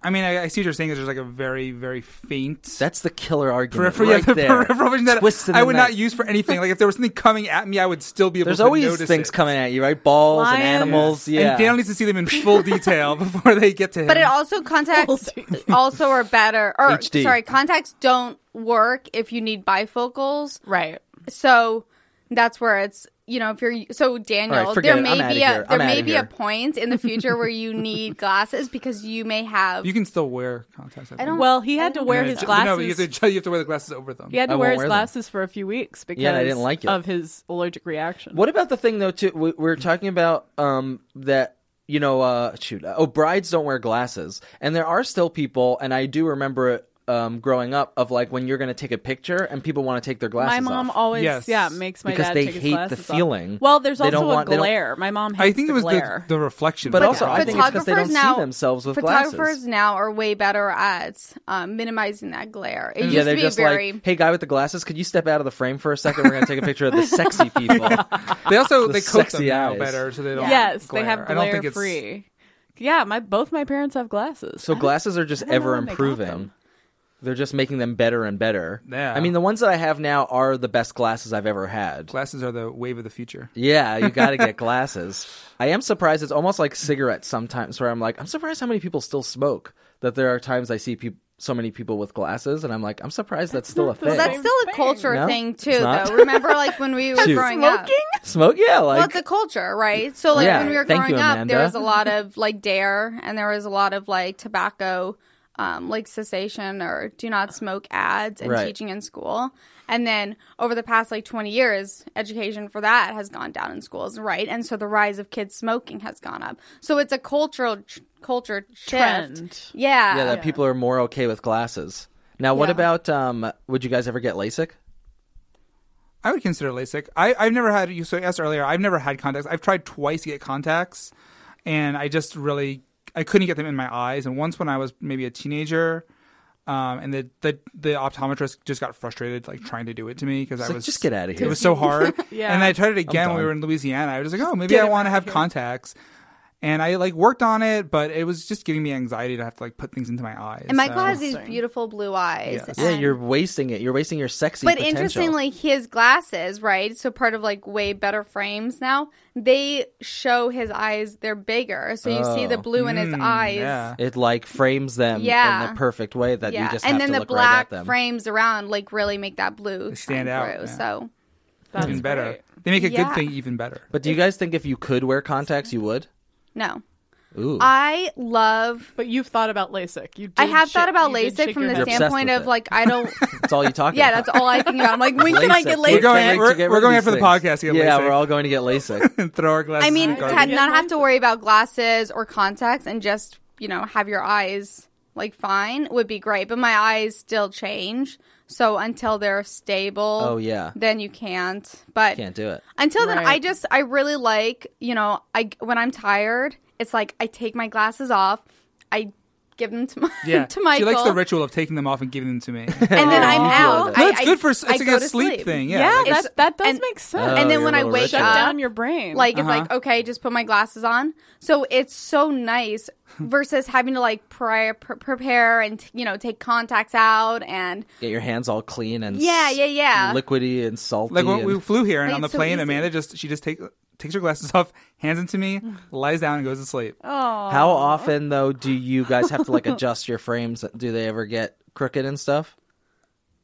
S10: I mean, I, I see what you're saying. Is there's like a very, very faint.
S5: that's the killer argument
S10: Peripheral,
S5: right
S10: yeah, the
S5: there.
S10: peripheral vision that
S5: Twisted
S10: I
S5: in
S10: would
S5: that-
S10: not use for anything. Like if there was something coming at me, I would still be able
S5: There's
S10: to
S5: always
S10: notice
S5: things
S10: it.
S5: coming at you, right? Balls
S6: Lions.
S5: and animals. Yeah.
S10: And Daniel needs to see them in full detail before they get to him.
S9: but it also contacts also are better or
S5: HD.
S9: sorry contacts don't work if you need bifocals
S6: Right.
S9: so that's where it's you know if you're so
S5: All
S9: daniel
S5: right, forget
S9: there
S5: it. I'm
S9: may
S5: outta
S9: be a
S5: here. I'm
S9: there may
S5: outta
S9: be
S5: here.
S9: a point in the future where you need glasses because you may have
S10: you can still wear contacts. I,
S9: don't-
S6: Well, he had to wear his glasses.
S10: No, but you have, to, ju- you have to wear the glasses over them.
S6: he had
S5: I
S6: to wear
S5: won't
S6: his
S5: wear them.
S6: glasses for a few weeks because
S5: Yeah, and I didn't like it.
S6: of his allergic reaction.
S5: What about the thing though? Too, we, we're talking about um that you know, uh, shoot, oh, brides don't wear glasses, and there are still people, and I do remember it um, growing up of like when you're going to take a picture and people want to take their
S6: My
S5: glasses
S6: mom
S5: off.
S6: always,
S10: Yes.
S6: yeah, makes my
S5: Because
S6: dad
S5: they
S6: take his
S5: hate the
S6: glasses off.
S5: feeling.
S6: Well, there's
S5: They
S6: also
S5: don't want-
S6: a
S5: they don't-
S6: glare. My mom hates
S10: I think
S6: the
S10: it was the,
S6: glare.
S10: the reflection.
S5: but
S10: was
S5: also,
S10: the
S5: I
S10: problem.
S5: think it's because they don't
S9: photographers now-
S5: see themselves with
S9: photographers
S5: glasses.
S9: now are way better at um, minimizing that glare. It
S5: yeah,
S9: used to
S5: they're
S9: be
S5: just
S9: very.
S5: like, "Hey, guy with the glasses, could you step out of the frame for a second? We're going to take a picture of the sexy people."
S10: they also
S5: the
S10: they coat them
S5: sexy
S10: now
S5: eyes.
S10: better, so they don't.
S6: yes,
S10: glare.
S6: they have glare
S10: I don't think it's
S6: free. Yeah, my both my parents have glasses.
S5: So glasses are just
S6: don't know
S5: ever
S6: when they got
S5: improving.
S6: them.
S5: They're just making them better and better.
S10: Yeah.
S5: I mean, the ones that I have now are the best glasses I've ever had.
S10: Glasses are the wave of the future.
S5: Yeah, you got to get glasses. I am surprised. It's almost like cigarettes sometimes, where I'm like, I'm surprised how many people still smoke. That there are times I see peop so many people with glasses, and I'm like, I'm surprised that's, still a thing.
S9: Well, that's still a culture
S5: No,
S9: thing too,
S5: it's not.
S9: though. Remember, like when we were
S5: Shoot.
S9: growing up.
S5: Smoke, yeah, like
S9: well, it's a culture, right? So, like
S5: Yeah.
S9: when we were
S5: Thank
S9: growing
S5: you,
S9: up,
S5: Amanda.
S9: there was a lot of like dare, and there was a lot of like tobacco, um, like cessation or do not smoke ads and
S5: Right.
S9: teaching in school. And then over the past like twenty years, education for that has gone down in schools, right? And so the rise of kids smoking has gone up. So it's a cultural tr- culture shift.
S6: Trend.
S9: Yeah.
S5: yeah, that people are more okay with glasses. Now, what
S9: Yeah.
S5: about um? Would you guys ever get LASIK?
S10: I would consider LASIK. I, I've never had you. So I asked earlier, I've never had contacts. I've tried twice to get contacts, and I just really I couldn't get them in my eyes. And once when I was maybe a teenager, um, and the, the the optometrist just got frustrated like trying to do it to me because I
S5: like,
S10: was
S5: "Just get outta here."
S10: It was so hard.
S6: Yeah.
S10: And I tried it again when we
S5: done.
S10: were in Louisiana. I was just like, oh, maybe I want to have contacts. And I like worked on it, but it was just giving me anxiety to have to like put things into my eyes.
S9: And Michael
S10: so-
S9: has these beautiful blue eyes.
S10: Yes.
S5: Yeah,
S9: and-
S5: you're wasting it. You're wasting your sexy.
S9: But
S5: potential.
S9: interestingly, his glasses, right? So part of like way better frames now, they show his eyes, they're bigger. So you see the
S5: Oh.
S9: blue in his
S10: Mm,
S9: eyes.
S10: yeah.
S5: it like frames them
S9: Yeah.
S5: in the perfect way that you
S9: Yeah.
S5: just have
S9: And then
S5: to
S9: the
S5: look right
S9: black
S5: at them.
S9: frames around like really make that blue
S10: They stand
S9: shine
S10: out,
S9: through.
S10: yeah.
S9: So
S6: That's
S10: even better.
S6: great.
S10: They make a
S9: Yeah.
S10: good thing even better.
S5: But do you guys think if you could wear contacts, you would?
S9: no.
S5: Ooh,
S9: I love
S6: But you've thought about LASIK. You did
S9: I have
S6: shake-
S9: thought about
S6: you did
S9: LASIK
S6: shake
S9: from
S6: your
S9: the
S5: You're
S6: head.
S5: obsessed
S9: standpoint
S5: with
S9: of
S5: it.
S9: like I don't
S5: that's all you talk
S9: Yeah,
S5: about.
S9: that's all I think about. I'm like, when can I get
S5: LASIK. We're
S9: LASIK?
S10: going- we're-
S5: get rid
S10: we're
S5: of
S10: going
S5: these
S10: after the
S5: things.
S10: podcast to get
S5: Yeah,
S10: LASIK.
S5: we're all going to get LASIK.
S10: and throw our glasses.
S9: I
S10: in
S9: mean,
S10: the
S9: to
S10: garbage.
S9: ha- not have to worry about glasses or contacts and just, you know, have your eyes like fine would be great. But my eyes still change. So until they're stable,
S5: Oh, yeah.
S9: then you can't. But
S5: Can't do it.
S9: until then, I
S6: Right.
S9: just I really like, you know, I when I'm tired, it's like I take my glasses off, I give them to my
S10: Yeah,
S9: to Michael,
S10: She likes the ritual of taking them off and giving them to me.
S9: and then I'm out.
S10: No,
S9: I-
S10: it's
S9: I-
S10: good for it's
S9: I
S10: like
S9: go
S10: a
S9: to
S10: sleep, thing. Yeah,
S6: Yeah,
S10: like,
S9: It's-
S6: that, that does
S9: and-
S6: make
S5: Oh,
S6: sense.
S9: and then
S5: your
S9: when I
S5: little
S9: wake
S5: ritual.
S6: shut
S9: up,
S6: down your brain.
S9: Like it's
S5: Uh-huh.
S9: like okay, just put my glasses on. So it's so nice versus having to like prior, pr- prepare and you know take contacts out and
S5: Get your hands all clean and
S9: Yeah,
S5: s-
S9: yeah, yeah.
S5: liquidy and salty.
S10: like when
S5: and-
S10: we flew here and
S9: But
S10: on the
S9: it's so
S10: plane,
S9: easy.
S10: Amanda just she just take, takes her glasses off, hands them to me, lies down and goes to sleep.
S9: Oh.
S5: How often though do you guys have to like adjust your frames? Do they ever get crooked and stuff?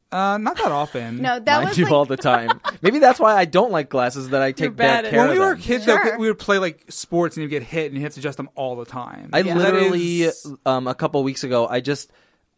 S10: Uh, not that often.
S9: no, that
S5: Mm, Mind
S9: was
S5: you,
S9: like
S5: all the time. Maybe that's why I don't like glasses. That I take
S6: bad
S5: bad
S6: at
S5: care
S10: when we
S5: of
S10: were
S5: them.
S10: kids, though,
S9: Sure.
S10: we would play like sports and you get hit and you have to adjust them all the time.
S5: I
S10: That
S5: literally
S10: is-
S5: um, a couple weeks ago. I just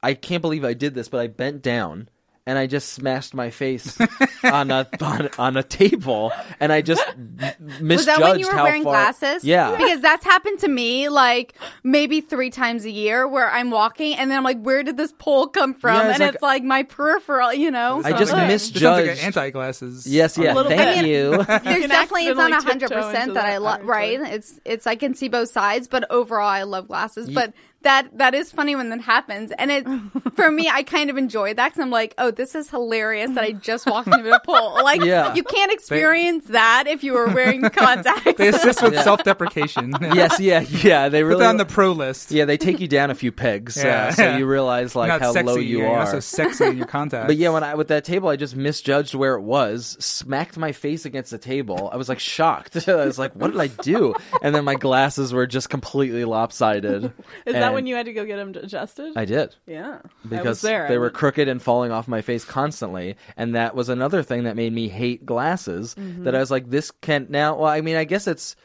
S5: I can't believe I did this, but I bent down and I just smashed my face on a on, on a table, and I just misjudged
S9: was that when you were
S5: how
S9: wearing
S5: far.
S9: glasses?
S5: Yeah.
S9: because that's happened to me like maybe three times a year where I'm walking and then I'm like, where did this pole come from?
S5: Yeah, it's
S9: and
S5: like-
S9: it's like my peripheral, you know.
S5: I just
S10: Sounds like-
S5: misjudged.
S10: this sounds like an anti-glasses.
S5: yes, yeah.
S6: little
S5: Thank
S6: bit.
S5: you.
S9: There's
S6: can
S9: definitely it's not
S6: accidentally
S9: hundred
S6: tiptoe
S9: percent
S6: into
S9: that
S6: that
S9: I love
S6: territory.
S9: right. It's it's I can see both sides, but overall I love glasses. But that that is funny when that happens, and it for me I kind of enjoy that because I'm like, oh, this is hilarious that I just walked into a pool. Like
S5: Yeah.
S9: you can't experience that if you were wearing contacts.
S10: They assist with self-deprecation.
S5: yes, yeah, yeah. They
S10: Put
S5: really
S10: that on the pro list.
S5: yeah. They take you down a few pegs, uh,
S10: Yeah.
S5: so you realize like
S10: You're not
S5: how
S10: sexy,
S5: low you
S10: you're
S5: are.
S10: not so sexy in your contacts.
S5: But yeah, when I with that table, I just misjudged where it was, smacked my face against the table. I was like shocked. I was like, "What did I do?" And then my glasses were just completely lopsided. Is
S6: Is that when you had to go get them adjusted?
S5: I did
S6: yeah, I was
S5: because
S6: there.
S5: they
S6: I
S5: were
S6: would-
S5: crooked and falling off my face constantly, and that was another thing that made me hate glasses.
S6: Mm-hmm.
S5: That I was like, "This can't now." Well, I mean, I guess it's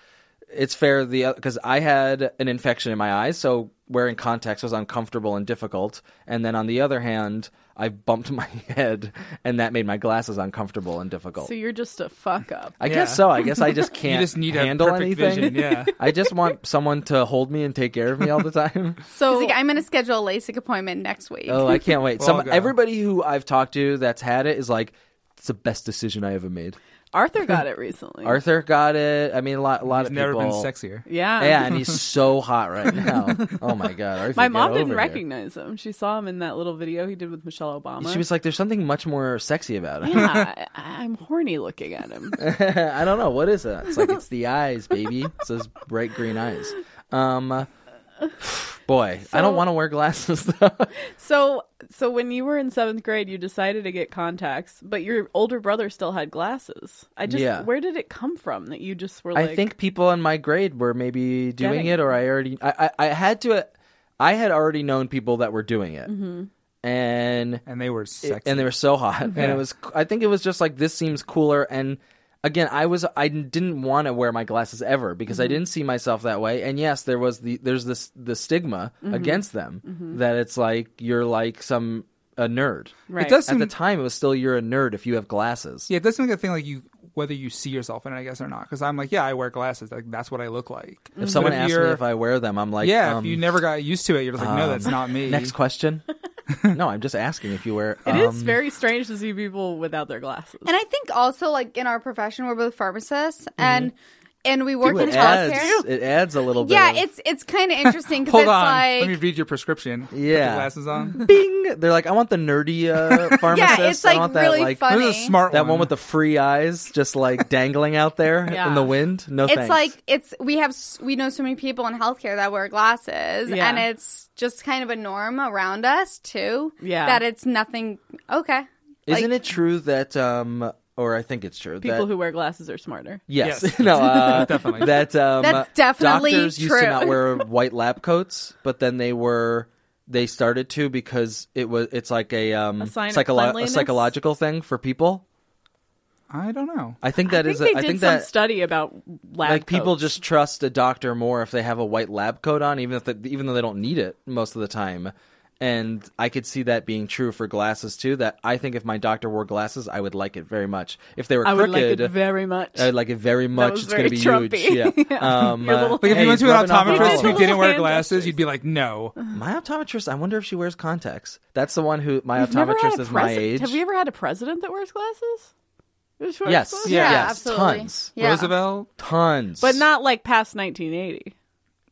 S5: it's fair the because I had an infection in my eyes, so wearing contacts was uncomfortable and difficult. And then on the other hand, I bumped my head, and that made my glasses uncomfortable and difficult.
S6: So you're just a fuck up.
S5: I
S10: Yeah.
S5: guess so. I guess I just can't
S10: just need a
S5: handle
S10: perfect
S5: anything.
S10: vision, yeah.
S5: I just want someone to hold me and take care of me all the time.
S9: so like, I'm gonna schedule a LASIK appointment next week.
S5: Oh, I can't wait.
S10: We'll all
S5: Some
S10: go.
S5: everybody who I've talked to that's had it is like, it's the best decision I ever made.
S6: Arthur got it recently.
S5: Arthur got it. I mean, a lot, a lot
S10: He's
S5: of
S10: never
S5: people.
S10: been sexier.
S6: Yeah.
S5: Yeah, and he's so hot right now. Oh my god, Arthur,
S6: My
S5: get
S6: mom didn't
S5: over here.
S6: recognize him. She saw him in that little video he did with Michelle Obama.
S5: She was like, "There's something much more sexy about him."
S6: yeah, I, I'm horny looking at him.
S5: I don't know what is it. It's like it's the eyes, baby. It's those bright green eyes. Um, boy, I don't
S6: So-
S5: want to wear glasses though.
S6: So, so when you were in seventh grade, you decided to get contacts, but your older brother still had glasses. I just,
S5: Yeah.
S6: where did it come from that you just were like?
S5: I think people in my grade were maybe doing
S6: Getting Mm-hmm.
S5: it, or I already, I, I, I had to, I had already known people that were doing it, and
S10: and they were sexy.
S5: and they were so hot and it was i think it was just like this seems cooler and again i was i didn't want to wear my glasses ever because
S6: Mm-hmm.
S5: i didn't see myself that way and yes there was the there's this the stigma
S6: Mm-hmm.
S5: against them that it's like you're like some a nerd
S6: Right.
S10: it does
S5: at
S10: seem
S5: the time it was still you're a nerd if you have glasses
S10: yeah, it does seem like a thing like you whether you see yourself in it, I guess or not. Because I'm like, yeah, I wear glasses. Like that's what I look like.
S6: Mm-hmm.
S5: if Mm-hmm. someone
S10: if
S5: asks me
S10: you're-
S5: if i wear them i'm like
S10: yeah,
S5: um,
S10: if you never got used to it, you're just like, no, that's not me.
S5: next question no i'm just asking if you wear
S6: It is
S5: um,
S6: very strange to see people without their glasses.
S9: And I think also like in our profession, we're both
S5: Mm-hmm.
S9: pharmacists and and we work in
S5: it
S9: healthcare.
S5: adds, it adds a little bit
S9: Yeah,
S5: of-
S9: it's it's kind of interesting because
S10: Hold
S9: it's
S10: on, let me
S9: like
S10: read your prescription. Put your
S5: Yeah.
S10: glasses on.
S5: bing they're like i want the nerdy uh pharmacist
S9: yeah, it's
S5: i
S9: like
S5: want that
S9: really
S5: like
S9: funny.
S10: There's a smart
S5: That one with the free eyes, just like dangling out there
S6: Yeah.
S5: in the wind. No,
S9: It's
S5: Oh, thanks.
S9: like it's we have s- we know so many people in healthcare that wear glasses,
S6: Yeah.
S9: and it's just kind of a norm around us too.
S6: Yeah.
S9: that it's nothing. Okay,
S5: isn't it true that um, or I think it's true
S6: People
S5: that
S6: who wear glasses are smarter.
S5: yes,
S10: Yes.
S5: no, uh,
S10: Definitely.
S5: that um,
S9: That's definitely
S5: doctors used to
S9: true.
S5: not wear white lab coats, but then they were they started to because it was it's like a um
S6: sign of
S5: psycholo- a
S6: cleanliness?
S5: psychological thing for people.
S10: I don't know.
S5: I think that
S6: I
S5: is. a,
S6: think they
S5: I
S6: did
S5: think
S6: some
S5: that
S6: study about lab
S5: like people
S6: coats.
S5: just trust a doctor more if they have a white lab coat on, even if they, even though they don't need it most of the time. And I could see that being true for glasses too. That I think if my doctor wore glasses, I would like it very much. If they were
S6: I would
S5: crooked, Uh,
S6: like it very much.
S5: I would like it very much.
S6: was
S5: it's
S6: very
S5: gonna be huge.
S6: Trumpy.
S5: Yeah. Um,
S6: Your
S5: uh,
S6: little-
S10: Like if
S5: hey,
S10: you went
S5: he's
S10: to an
S5: rubbing off my
S10: optometrist
S6: all
S10: who
S5: color.
S6: of
S10: didn't wear
S6: them.
S10: glasses, you'd be like, no.
S5: my optometrist, I wonder if she wears contacts. That's the one who my
S6: We've never had
S5: optometrist
S6: a
S5: is my
S6: presi-
S5: age.
S6: Have we ever had a president that wears glasses? Who's wears
S5: yes,
S6: glasses?
S9: Yeah,
S5: yes,
S9: absolutely.
S5: tons,
S9: Yeah.
S10: Roosevelt
S5: tons,
S6: but not like past 1980.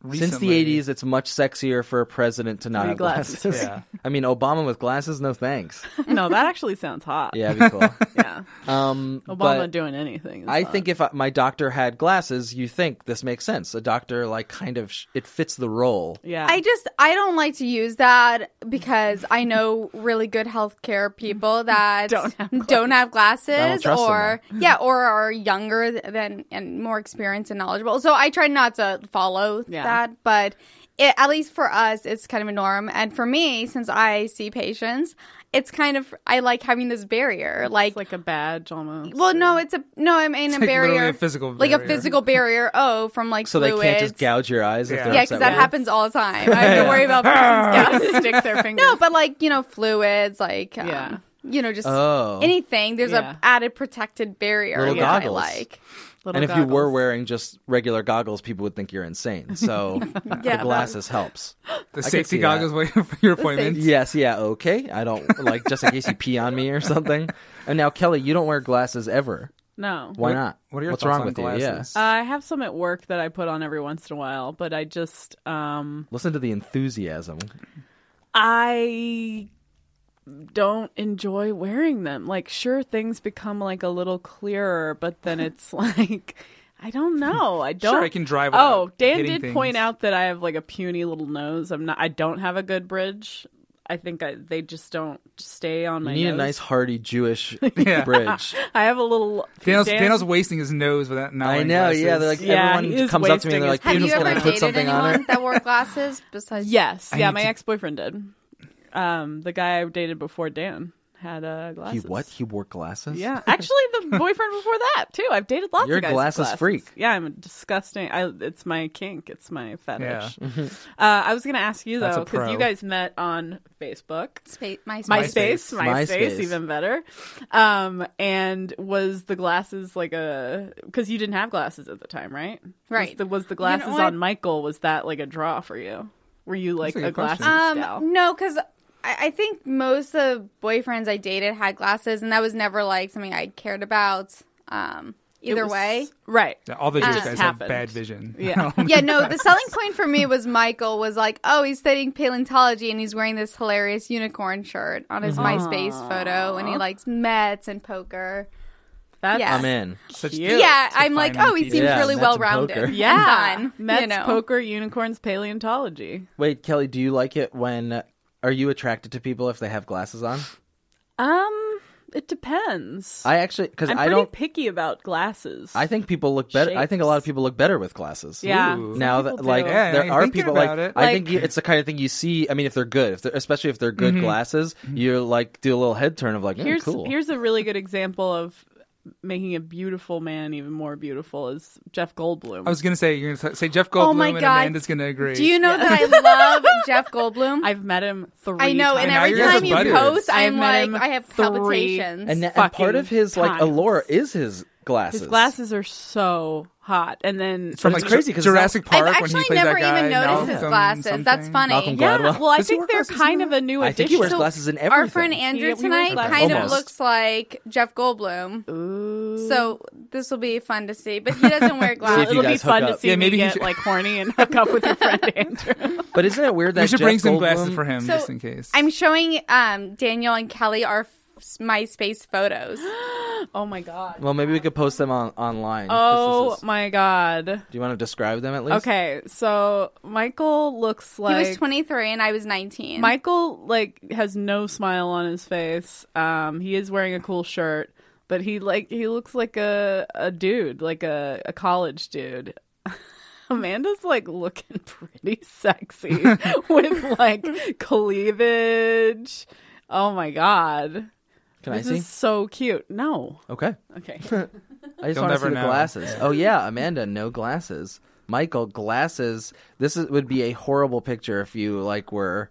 S10: recently.
S5: Since the 80s, it's much sexier for a president to not
S6: Be
S5: have
S6: glasses.
S5: glasses. I mean, Obama with glasses, no thanks.
S6: no, that actually sounds hot.
S5: Yeah, it'd be cool.
S6: Yeah.
S5: Um,
S6: Obama
S5: but
S6: doing anything. is
S5: I
S6: hot.
S5: think if I, my doctor had glasses, you think this makes sense. A doctor, like, kind of, sh- it fits the role.
S6: Yeah.
S9: I just I don't like to use that because I know really good healthcare people that
S6: Don't have
S9: don't
S5: I
S9: have
S5: don't
S9: glasses
S5: trust them,
S9: or yeah or are younger than and more experienced and knowledgeable. So I try not to follow
S6: Yeah.
S9: that, but it, at least for us, it's kind of a norm. And for me, since I see patients, it's kind of I like having this barrier,
S6: it's like a badge almost.
S9: Well, no, it's a no. I mean, a
S10: like literally
S9: barrier,
S10: a physical
S9: like a
S10: barrier.
S9: physical barrier. Oh, from like
S5: So they can't just
S9: fluids.
S5: gouge your eyes if
S10: Yeah.
S5: they're
S9: Yeah,
S5: upset
S9: because that
S5: with
S9: happens all the time. I have to worry about
S6: Yeah,
S9: person's gas.
S6: stick their fingers.
S9: No, but like you know, fluids, like um,
S6: Yeah.
S9: you know, just
S5: Oh.
S9: anything. There's
S6: Yeah.
S9: a added protected barrier.
S5: Little
S9: which I
S5: goggles.
S9: like
S5: you.
S6: Little
S5: And if you were
S6: goggles.
S5: wearing just regular goggles, people would think you're insane. So
S9: Yeah.
S5: the glasses helps.
S10: The
S5: could see
S10: safety
S5: that.
S10: goggles waiting for your appointment.
S5: Yes, yeah, okay. I don't, like, just in case you pee on me or something. And now, Kelly, you don't wear glasses ever.
S6: no.
S5: Why not?
S10: What are your
S5: What's
S10: thoughts
S5: wrong
S10: on
S5: with you? Yeah.
S9: Uh,
S10: glasses?
S6: I have some at work that I put on every once in a while, but I just um
S5: Listen to the enthusiasm.
S6: I don't enjoy wearing them. Like sure things become like a little clearer, but then it's like I don't know. I don't
S10: I can drive without
S6: Oh, Dan
S10: hitting
S6: did
S10: things.
S6: point out that I have like a puny little nose. I'm not I don't have a good bridge. I think I, they just don't stay on my
S5: You need a
S6: nose.
S5: nice, hearty Jewish
S10: Yeah.
S5: bridge.
S6: I have a little
S10: Daniel's,
S6: Dan-
S10: Daniel's wasting his nose with that. not
S5: I
S10: wearing
S5: know, yeah.
S10: glasses.
S5: They're like
S6: Yeah, he
S5: everyone
S6: is
S5: comes up to me and they're like,
S6: wasting
S9: Have
S6: his
S5: "You're
S9: you
S5: just
S9: ever
S5: gonna put
S9: dated
S5: something on
S9: anyone
S5: her."
S9: that wore glasses besides?
S6: Yes.
S10: I
S6: yeah,
S10: need
S6: my
S10: to-
S6: ex boyfriend did. Um, the guy I dated before Dan had uh,
S5: He
S6: glasses.
S5: what? He wore glasses.
S6: Yeah, actually, the boyfriend before that too. I've dated lots
S5: You're a
S6: of guys. with
S5: glasses freak.
S6: Yeah, I'm a disgusting. I, it's my kink. It's my fetish.
S10: Yeah.
S6: uh, I was gonna ask you
S10: That's
S6: though
S10: a
S6: because you
S10: pro.
S6: guys met on Facebook.
S9: Spa- my space.
S6: MySpace, MySpace,
S5: MySpace.
S6: even better. Um, and was the glasses like a because you didn't have glasses at the time, right? Was
S9: Right.
S6: the, was the glasses
S9: what?
S6: on Michael? Was that like a draw for you? Were you like
S10: That's a
S6: a,
S10: good
S6: glasses
S10: question.
S6: gal?
S9: Um, no, because I, I think most of the boyfriends I dated had glasses, and that was never like something I cared about. Um,
S6: It
S9: either
S6: was-
S9: way,
S6: right?
S10: Yeah, all the Jewish
S6: just
S10: guys
S6: happened.
S10: have bad vision.
S6: Yeah.
S9: yeah, no, the selling point for me was Michael was like, oh, he's studying paleontology and he's wearing this hilarious unicorn shirt on his
S5: Mm-hmm.
S9: MySpace photo and he likes Mets and poker.
S6: That's
S9: Yeah.
S5: I'm in.
S10: Such
S6: Cute.
S9: yeah,
S10: It's a
S9: I'm like,
S10: fine
S9: oh, he
S10: piece.
S9: seems
S5: Yeah,
S9: really
S5: Mets and
S9: well rounded.
S5: poker.
S6: Yeah,
S9: Fun,
S6: Mets,
S9: you know.
S6: poker, unicorns, paleontology.
S5: Wait, Kelly, uh, do you like it when? Are you attracted to people if they have glasses on?
S6: Um, It depends.
S5: I actually because
S6: I'm
S5: I
S6: pretty
S5: don't.
S6: picky about glasses.
S5: I think people look better. I think a lot of
S6: Shapes.
S5: people look better with glasses.
S6: Yeah.
S10: Ooh.
S6: some
S5: Now
S6: people
S5: that like
S6: do.
S10: Yeah, now
S5: there
S10: you're
S5: are
S10: thinking
S5: people like,
S10: about it.
S5: I think
S6: Like- Mm-hmm.
S5: you, it's the kind of thing you see. I mean, if they're good, if they're, especially if they're good glasses, you like do a little head turn of like, "Mm,
S6: here's
S5: cool.
S6: here's a really good example of making a beautiful man even more beautiful is Jeff Goldblum.
S10: I was gonna say you're gonna say Jeff Goldblum
S9: Oh my
S10: and
S9: God.
S10: Amanda's gonna agree.
S9: Do you know that I love Jeff Goldblum?
S6: I've met him three.
S9: I know,
S6: times.
S9: and
S10: Now
S9: every
S10: you're
S9: time
S10: just
S9: you
S10: buddies.
S9: post, I'm
S6: I've met him
S9: like, I have
S6: three
S9: palpitations.
S5: and, that, and part of
S6: fucking
S5: his like
S6: times.
S5: allure is his glasses.
S6: His glasses are so hot, and then
S10: It's from
S5: It's
S10: like
S5: crazy 'cause it's
S10: Jurassic
S9: I've
S10: Park when he
S9: actually
S10: plays
S9: never
S10: that guy.
S9: even noticed his
S10: Malcolm
S9: glasses. That's
S10: something.
S9: funny.
S5: Malcolm
S6: yeah.
S5: Gladwell.
S6: Well, I
S10: Does he
S6: think
S10: wear
S6: they're
S10: glasses
S6: kind
S10: now?
S6: of a new
S5: I
S6: addition.
S5: think he wears
S9: So,
S5: glasses in everything.
S9: Our friend Andrew
S6: He- he wears
S9: tonight
S6: glasses.
S9: kind
S5: Almost.
S9: of looks like Jeff Goldblum.
S6: Ooh.
S9: So this will be fun to see, but he doesn't wear
S6: Well,
S5: See if
S9: glasses.
S5: you
S6: it'll be
S5: guys hook
S6: fun to
S5: up.
S6: see
S10: Yeah,
S6: me
S10: maybe he
S6: get
S10: should-
S6: like horny and hook up with your friend Andrew.
S5: but isn't it weird that
S10: We should
S5: Jeff
S10: bring some
S5: Goldblum-
S10: glasses for him just in case.
S9: I'm showing um, Daniel and Kelly our f- MySpace photos.
S6: oh my god.
S5: Well, maybe we could post them on online. 'cause
S6: Oh
S5: this is-
S6: my god.
S5: do you want to describe them at least?
S6: Okay, so Michael looks like
S9: he was 23 and I was 19.
S6: Michael like has no smile on his face. Um, he is wearing a cool shirt, but he like he looks like a a dude, like a a college dude. Amanda's like looking pretty sexy with like cleavage. Oh my god.
S5: Can
S6: this
S5: I see?
S6: is so cute. No.
S5: Okay.
S6: Okay.
S5: I just
S10: You'll
S5: want to
S10: never
S5: see the
S10: know.
S5: glasses. Oh yeah, Amanda, no glasses. Michael, glasses. This is, would be a horrible picture if you like were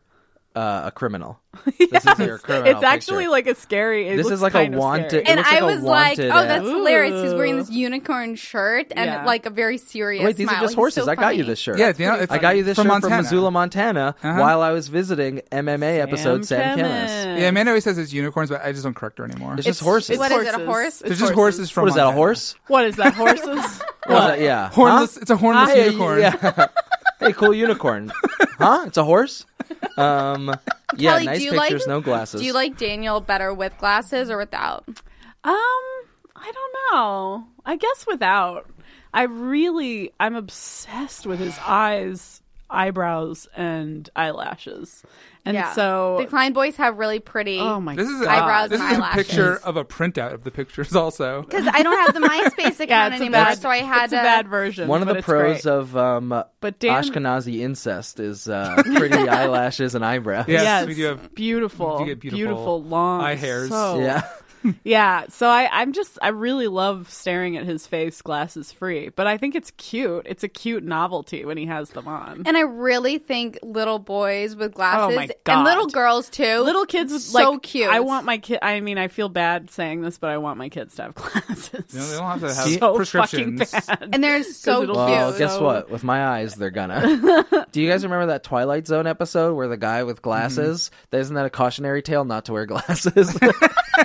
S5: uh, a criminal. This is your criminal.
S6: it's actually
S5: picture.
S6: like a scary it
S5: This
S6: looks
S5: is like a
S6: kind of
S5: wanted-
S6: scary.
S5: it
S9: and
S5: looks
S9: I
S5: like a
S9: was like, oh,
S5: wanted ad.
S9: that's hilarious. He's wearing
S6: Ooh.
S9: this unicorn shirt and
S6: Yeah.
S9: like a very serious
S5: wait. These
S9: smile.
S5: are just
S9: He's
S5: horses.
S9: so
S5: I got you
S9: funny.
S5: this shirt.
S10: yeah, you know, it's
S5: I got you this
S10: from
S5: shirt
S10: Montana.
S5: from Missoula, Montana,
S10: Uh-huh.
S5: while I was visiting MMA episode Sam Kemmis.
S10: Yeah, Amanda always says it's unicorns, but I just don't correct her anymore.
S5: It's
S10: It's,
S5: just horses.
S9: What
S5: What
S9: is
S5: is,
S9: it? A horse?
S10: just horses from.
S5: that? A
S10: Montana.
S5: horse?
S6: What is that? Horses?
S5: What is that? Yeah,
S10: Hornless.
S5: Huh?
S10: It's a hornless
S5: Hey,
S10: unicorn.
S5: yeah. hey, cool unicorn. huh? It's a horse. Um, yeah,
S9: Kelly,
S5: nice
S9: do you
S5: pictures,
S9: like-
S5: no glasses.
S9: Do you like Daniel better with glasses or without?
S6: Um, I don't know. I guess without. I really I'm obsessed with his eyes, eyebrows and eyelashes. And
S9: the
S6: so
S9: Klein boys have really pretty.
S6: Oh my
S10: This is a,
S9: Eyebrows
S10: This
S9: and
S10: is a
S9: eyelashes.
S10: picture of a printout of the pictures. Also,
S9: Because I don't have the MySpace account
S6: yeah, it's a
S9: anymore,
S6: bad,
S9: so I had
S6: it's
S9: to.
S6: a bad version.
S5: One of
S6: but
S5: the
S6: it's
S5: pros
S6: great.
S5: of um,
S6: But Dan-
S5: Ashkenazi incest is uh, pretty eyelashes and eyebrows.
S10: yes,
S6: yes,
S10: we do have.
S6: beautiful,
S10: we do get beautiful
S6: long
S10: eye hairs.
S6: So,
S5: Yeah.
S6: yeah. So I, I'm just, I really love staring at his face, glasses free. But I think it's cute. It's a cute novelty when he has them on.
S9: and I really think little boys with
S6: Oh
S9: glasses
S6: my
S9: and
S6: God.
S9: little girls too.
S6: little kids with,
S9: so
S6: like,
S9: cute.
S6: I want my kid. I mean, I feel bad saying this, but I want my kids to have glasses.
S10: You know, they don't have to have
S6: so fucking
S10: prescriptions.
S6: bad.
S9: and they're so cute.
S6: it'll-
S5: Well,
S6: Cute.
S5: Oh, guess
S6: So-
S5: what? With my eyes, they're gonna. do you guys remember that Twilight Zone episode where the guy with glasses? Isn't that a cautionary tale not to wear glasses?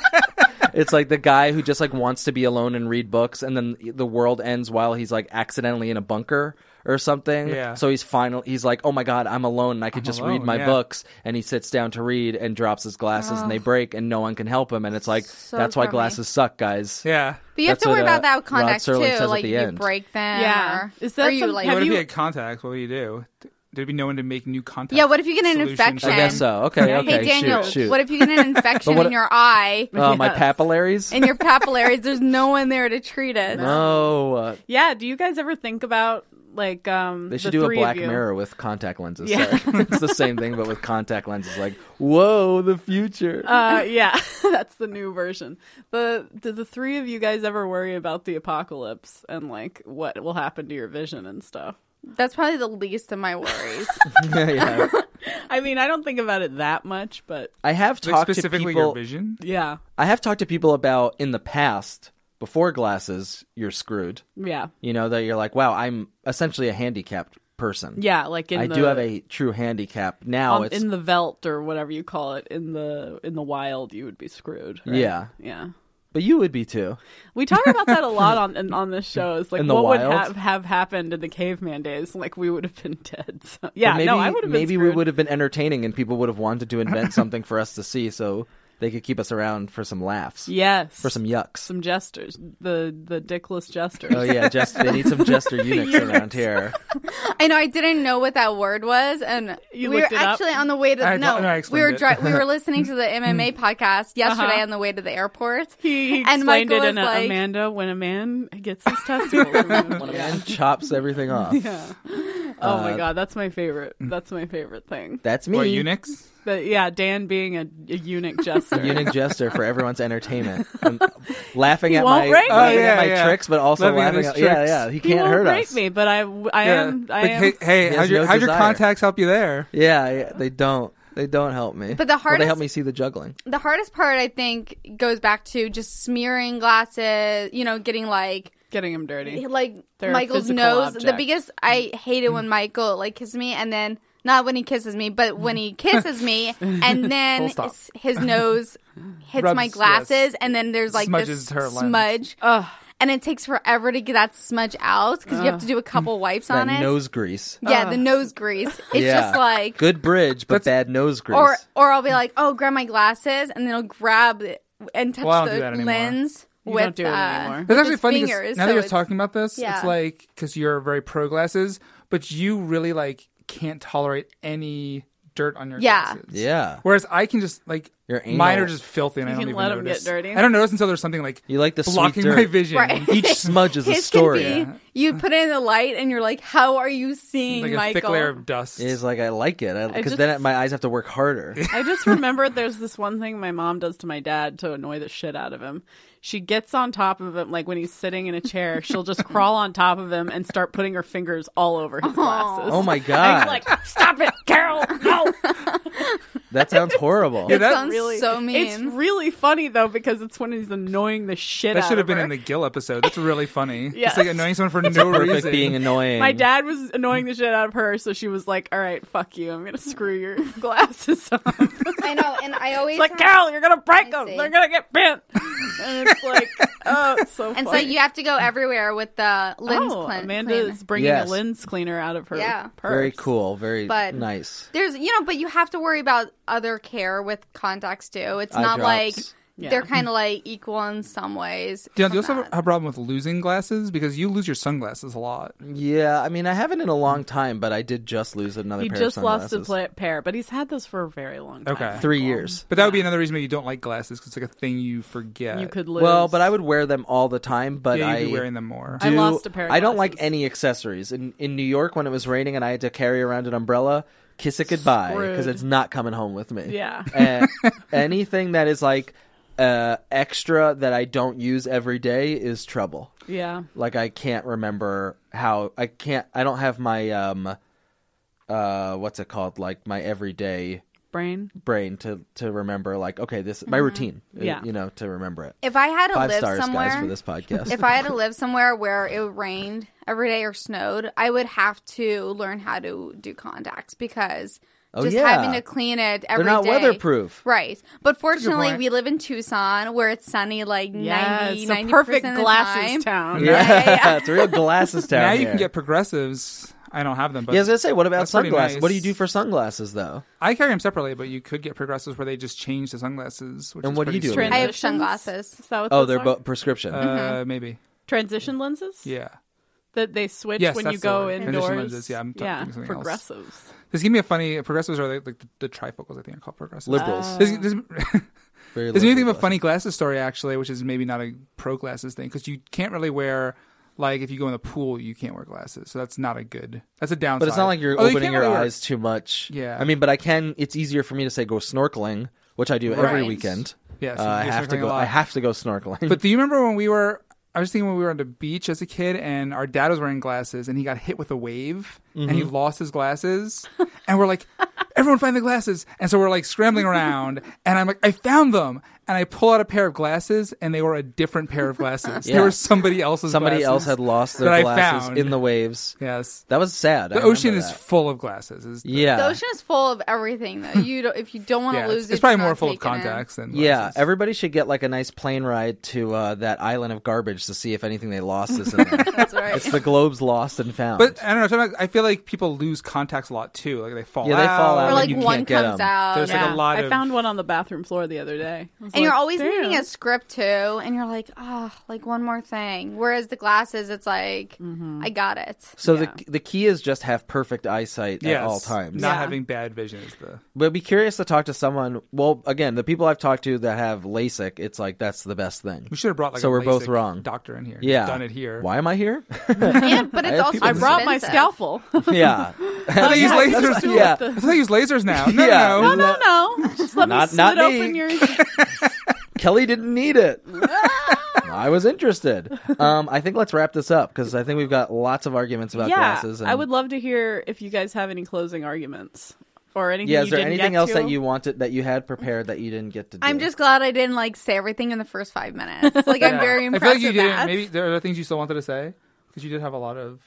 S5: it's like the guy who just like wants to be alone and read books, and then the world ends while he's like accidentally in a bunker or something.
S10: Yeah.
S5: So he's final. He's like, oh my god, I'm alone, and I could just read
S10: alone,
S5: my
S10: yeah.
S5: books. And he sits down to read and drops his glasses, and they break, and no one can help him. And it's like that's why
S9: crummy.
S5: glasses suck, guys.
S10: Yeah.
S9: But you have
S5: That's
S9: to worry
S5: what, uh,
S9: about that with
S5: Rod
S9: contacts
S5: Serling says
S9: too.
S5: at
S9: Like
S5: the
S9: you
S5: end.
S9: break them.
S6: Yeah.
S9: Or,
S6: Is that
S9: or you
S6: some-
S9: like?
S6: have
S10: What if
S6: you-
S10: he had contacts? What would you do? There'd be no one to make new contacts.
S9: Yeah, what if you get an
S10: Solution.
S9: infection?
S5: I guess so. Okay,
S6: Hey,
S5: okay.
S9: hey Daniel,
S5: shoot, shoot.
S9: what if you get an infection
S5: what-
S9: in your eye
S5: Oh, my
S6: Yes.
S5: papillaries.
S9: and your papillaries? There's no one there to treat it.
S5: No, uh,
S6: yeah. Do you guys ever think about like um?
S5: they should
S6: the
S5: do a
S6: three of
S5: Black
S6: you?
S5: Mirror with contact lenses.
S6: Yeah.
S5: Sorry. it's the same thing, but with contact lenses. Like, whoa, the future.
S6: Uh, yeah, that's the new version. The did the three of you guys ever worry about the apocalypse and like what will happen to your vision and stuff?
S9: That's probably the least of my worries.
S5: Yeah, yeah.
S6: I mean, I don't think about it that much, but
S5: I have
S10: Like
S5: talked to
S10: specifically your
S5: people.
S10: vision.
S6: yeah,
S5: I have talked to people about in the past before glasses, you're screwed.
S6: yeah,
S5: You know that you're like, wow, I'm essentially a handicapped person.
S6: yeah. Like in
S5: I
S6: the,
S5: do have a true handicap now.
S6: um,
S5: it's
S6: in the veldt or whatever you call it in the in the wild. You would be screwed. right?
S5: yeah,
S6: yeah.
S5: but you would be too.
S6: We talk about that a lot on in- on this show. It's like
S5: In the
S6: what would
S5: wild?
S6: have, have happened in the caveman days? Like we would have been dead. So, yeah,
S5: But maybe,
S6: no, I would have. been
S5: Maybe we
S6: screwed.
S5: would have been entertaining, and people would have wanted to invent something for us to see. So they could keep us around for some laughs,
S6: Yes.
S5: for some yucks.
S6: some jesters, the the dickless jesters.
S5: Oh yeah, just they need some jester eunuchs around here.
S9: I know I didn't know what that word was, and
S6: You
S9: we were
S6: looked it up?
S9: actually on the way to
S10: I-
S9: no,
S10: no, I
S9: we
S10: explained
S9: were
S10: it. Mm-hmm.
S9: dri- we were listening to the MMA podcast yesterday on the way to the airport.
S6: Uh-huh. He, he
S9: And
S6: explained
S9: Michael
S6: it in
S9: was
S6: a,
S9: like-
S6: Amanda when a man gets his testicles removed.
S5: When a
S6: Yeah.
S5: man chops everything off,
S6: Yeah. Oh
S5: Uh,
S6: my god, that's my favorite. That's my favorite thing.
S5: that's me.
S10: Or Unix.
S6: That, yeah, Dan being a, a eunuch jester.
S5: eunuch jester for everyone's entertainment. I'm laughing at
S6: won't
S5: my,
S6: rate me.
S5: laughing
S10: Oh,
S5: at
S10: yeah,
S5: my
S10: yeah.
S5: tricks, but also
S10: Laughing at
S5: laughing
S10: his
S5: at yeah,
S10: tricks.
S5: yeah. He
S6: He
S5: can't
S6: won't
S5: hurt
S6: rate
S5: us.
S6: me, but I, I am, I
S10: Like,
S6: am.
S10: hey, hey,
S5: has
S10: how'd your,
S5: no
S10: how'd your
S5: desire.
S10: contacts help you there?
S5: Yeah, yeah, they don't. They don't help me.
S9: But the
S5: well, they
S9: hardest-
S5: help me see the juggling.
S9: The hardest part, I think, goes back to just smearing glasses. You know, getting like
S6: getting him dirty.
S9: like
S6: They're a
S9: Michael's
S6: physical
S9: nose. The
S6: object.
S9: biggest I hate it when Michael like kisses me, and then not when he kisses me, but when he kisses me, and then
S10: stop.
S9: his, his nose hits
S10: Rubs-
S9: my
S10: yes.
S9: glasses, and then there's like
S10: Smudges
S9: this
S10: her lens.
S9: smudge.
S6: Ugh.
S9: And it takes forever to get that smudge out because you have to do a couple wipes
S5: That
S9: on it.
S5: nose grease.
S9: yeah, the nose grease. It's
S5: Yeah.
S9: just like
S5: Good bridge, but bad nose grease.
S9: or or I'll be like, oh, grab my glasses, and then I'll grab it and touch
S10: Well, I don't do
S9: the
S10: that anymore.
S9: lens
S6: You
S9: with
S6: don't do it
S9: uh,
S6: anymore.
S9: with
S10: That's actually
S9: his
S10: funny
S9: fingers,
S10: because now
S9: so
S10: that you're
S9: it's-
S10: talking about this,
S9: yeah.
S10: it's like because you're very pro glasses, but you really like can't tolerate any dirt on your
S9: Yeah.
S10: glasses.
S5: yeah,
S10: Whereas I can just like
S5: Your
S10: mine
S5: anal-
S10: are just filthy and I
S6: You
S10: don't
S6: can
S10: even
S6: let 'em get
S10: notice.
S6: dirty.
S10: I don't notice until there's something like
S5: You like the sweet
S10: blocking
S5: dirt.
S10: my vision.
S9: Right.
S5: each smudge is a
S9: His
S5: story.
S9: Could be, You put it in the light, and you're like, "How are you seeing,
S10: Like a
S9: Michael?"
S10: thick layer of dust.
S5: It is like I like it because
S6: just-
S5: then my eyes have to work harder.
S6: I just remembered there's this one thing my mom does to my dad to annoy the shit out of him. She gets on top of him, like when he's sitting in a chair, she'll just crawl on top of him and start putting her fingers all over his glasses.
S5: Oh my
S6: And he's
S5: god,
S6: like, stop it, Carol! No,
S5: that sounds horrible.
S9: That
S10: that-
S9: sounds so mean.
S6: It's really funny though because it's when he's annoying the shit
S10: that
S6: out
S10: should have
S6: of
S10: been
S6: her.
S10: in the Gill episode. That's really funny.
S6: Yes.
S10: It's like annoying someone for no
S5: Perfect
S10: reason.
S5: being annoying.
S6: My dad was annoying the shit out of her, so she was like, "All right, fuck you. I'm gonna screw your glasses up." it's
S9: I know, and I always
S6: like, Carol, you're gonna break
S9: I
S6: them.
S9: see.
S6: They're gonna get bent. And it's like, oh, it's so.
S9: and so
S6: funny.
S9: you have to go everywhere with the lens
S6: oh,
S9: clean-
S6: Amanda
S9: cleaner.
S6: is bringing
S5: Yes.
S6: a lens cleaner out of her.
S9: Yeah.
S6: purse.
S5: Very cool. Very
S9: But-
S5: nice.
S9: There's, you know, but you have to worry about other care with contacts too. It's
S5: Eye
S9: not
S5: drops.
S9: like
S6: Yeah.
S9: they're kind of like equal in some ways.
S10: Do you, do
S9: from
S10: you also have
S9: that.
S10: a- have a problem with losing glasses? Because you lose your sunglasses a lot.
S5: Yeah, I mean, I haven't in a long time, but I did just lose another
S6: He
S5: pair
S6: just
S5: of
S6: lost
S5: sunglasses.
S6: a pla- pair, but he's had those for a very long time.
S10: Okay.
S5: Three years.
S10: But that would be another reason why you don't like glasses because it's like a thing you forget.
S6: You could lose.
S5: Well, but I would wear them all the time. But
S10: yeah,
S5: I
S10: you'd be wearing them more.
S6: I
S5: do-
S6: lost a pair of
S5: I don't like
S6: glasses.
S5: any accessories. In in New York when it was raining and I had to carry around an umbrella, kiss it goodbye because
S6: Screwed.
S5: it's not coming home with me.
S6: Yeah.
S5: And Eh, anything that is like uh extra that I don't use every day is trouble.
S6: Yeah.
S5: Like I can't remember how I can't I don't have my um uh what's it called like my everyday
S6: Brain.
S5: brain to to remember like okay this my routine uh,
S6: Yeah.
S5: you know to remember it.
S9: If Mm-hmm. I had to
S5: 5
S9: live
S5: stars
S9: somewhere,
S5: guys for this podcast.
S9: if I had to live somewhere where it rained every day or snowed, I would have to learn how to do contacts because
S5: Oh,
S9: just
S5: yeah.
S9: having to clean it every
S5: They're not
S9: day-
S5: weatherproof.
S9: Right. But fortunately,
S10: point.
S9: we live in Tucson where it's sunny like
S6: Yeah,
S9: 90,
S6: it's a
S9: 90%
S6: perfect
S9: of the time.
S6: glasses town.
S5: Yeah,
S9: yeah.
S5: it's real glasses town.
S10: now you
S5: here.
S10: can get progressives. I don't have them, but
S5: Yeah, I was gonna say, what about
S10: That's pretty
S5: sunglasses? What do you
S10: nice.
S5: do for sunglasses though?
S10: I carry them separately. But you could get progressives where they just change the sunglasses. Which
S5: And
S10: is
S5: what do you
S10: pretty
S5: do
S10: sweet.
S5: with
S9: I
S5: it?
S9: have
S6: Transitions?
S9: sunglasses.
S6: Is that what
S5: Oh,
S6: those
S5: they're
S6: are?
S5: both prescription.
S10: Uh, maybe.
S6: transition lenses.
S10: Yeah.
S6: that they switch
S10: Yes,
S6: when
S10: that's
S6: you
S10: the
S6: go
S10: word. Transition
S6: indoors.
S10: lenses, yeah, I'm talking something else.
S6: progressives.
S10: This give me a funny. Progressives are like, like the, the trifocals. I think I call progressives.
S5: liberals.
S10: This, this,
S5: Very
S10: there's anything
S5: liberal
S10: of a funny glasses story actually, which is maybe not a pro glasses thing because you can't really wear. Like if you go in the pool, you can't wear glasses, so that's not a good. That's a downside.
S5: But it's not like you're
S10: Although Oh, you
S5: opening
S10: can't
S5: your
S10: really wear-
S5: eyes too much.
S10: Yeah.
S5: I mean, but I can. It's easier for me to say go snorkeling, which I do every
S9: Right.
S5: weekend.
S10: Yes,
S5: Uh,
S10: you
S5: I
S10: do
S5: have to
S10: snorkeling a
S5: go. I
S10: lot.
S5: have to go snorkeling.
S10: But do you remember when we were? I was thinking when we were on the beach as a kid, and our dad was wearing glasses, and he got hit with a wave, and
S5: Mm-hmm.
S10: he lost his glasses, and we're like, "Everyone find the glasses!" And so we're like scrambling around, and I'm like, "I found them!" and I pull out a pair of glasses, and they were a different pair of glasses.
S5: Yeah.
S10: They were somebody else's.
S5: Somebody
S10: glasses
S5: else had lost their
S10: that I
S5: glasses
S10: found.
S5: in the waves.
S10: Yes,
S5: That was sad.
S10: the ocean is full of glasses. Is the-
S5: yeah.
S9: The ocean is full of everything, though. You don't, if you don't want to
S10: yeah,
S9: lose
S10: it's,
S9: it,
S10: it's probably
S9: just
S10: more
S9: not
S10: full of
S9: take it in.
S10: contacts than
S5: Yeah,
S10: glasses.
S5: everybody should get like a nice plane ride to uh, that island of garbage to see if anything they lost is in there.
S9: That's right.
S5: it's the Globes lost and found.
S10: But I don't know. sometimes I feel like people lose contacts a lot too. Like they fall
S5: Yeah,
S10: out.
S5: they fall out.
S9: or
S5: when
S9: like
S5: you can't
S9: one
S5: get
S9: comes
S5: 'em.
S9: out.
S10: There's, like, a
S9: yeah.
S10: lot
S6: I
S10: of-
S6: found one on the bathroom floor the other day. I was
S9: and you're
S6: like,
S9: always needing
S6: "Damn."
S9: a script too, and you're like, ah, like one more thing. Whereas the glasses, it's like,
S6: Mm-hmm.
S9: I got it.
S5: so the the key is just have perfect eyesight
S10: Yes.
S5: at all times.
S10: Not having bad vision is the
S5: But I'd be curious to talk to someone. Well, again, the people I've talked to that have LASIK, it's like that's the best thing.
S10: We should have brought like
S5: So
S10: a
S5: we're both
S10: LASIK
S5: wrong.
S10: doctor in here.
S5: yeah,
S10: done it here.
S5: Why am I here?
S9: Yeah, but
S5: I
S9: it's
S5: have
S9: also
S5: people
S6: I brought my
S9: expensive.
S6: scalpel.
S5: yeah,
S10: I use lasers.
S5: do Yeah. with
S10: I thought they use lasers now. No,
S5: Yeah.
S10: no,
S5: No, no.
S10: no.
S6: no, no. Just let
S5: Not-
S6: me slit
S5: not me.
S6: open your.
S5: Kelly didn't need it. I was interested. Um, I think let's wrap this up because I think we've got lots of arguments about
S6: yeah,
S5: glasses. And...
S6: I would love to hear if you guys have any closing arguments or anything.
S5: Yeah, is
S6: you
S5: there
S6: didn't
S5: anything
S6: get
S5: else
S6: to.
S5: that you wanted that you had prepared that you didn't get to do?
S9: I'm just glad I didn't like say everything in the first five minutes. Like I'm very
S10: I
S9: impressed
S10: feel like you
S9: with
S10: didn't.
S9: that.
S10: Maybe there are things you still wanted to say because you did have a lot of.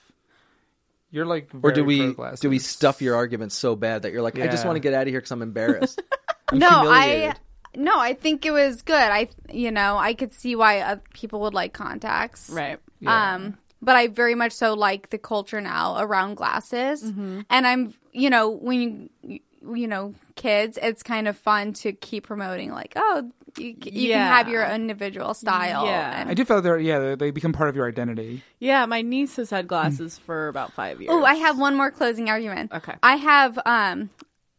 S10: You're like.
S5: or
S10: Very
S5: do we
S10: pro-glasses.
S5: do we stuff your arguments so bad that you're like, I just
S10: Yeah.
S5: want to get out of here because I'm embarrassed. I'm
S9: no, I
S5: humiliated.
S9: no, I think it was good. I you know I could see why uh, people would like contacts,
S6: right?
S9: Um, but I very much so like the culture now around glasses, and I'm you know when you you know kids, it's kind of fun to keep promoting like oh you, c- you
S6: Yeah.
S9: can have your individual style.
S6: Yeah.
S10: I do feel like they're yeah they- they become part of your identity.
S6: Yeah, my niece has had glasses
S5: Hmm.
S6: for about five years.
S9: Oh, I have one more closing argument.
S6: Okay.
S9: I have um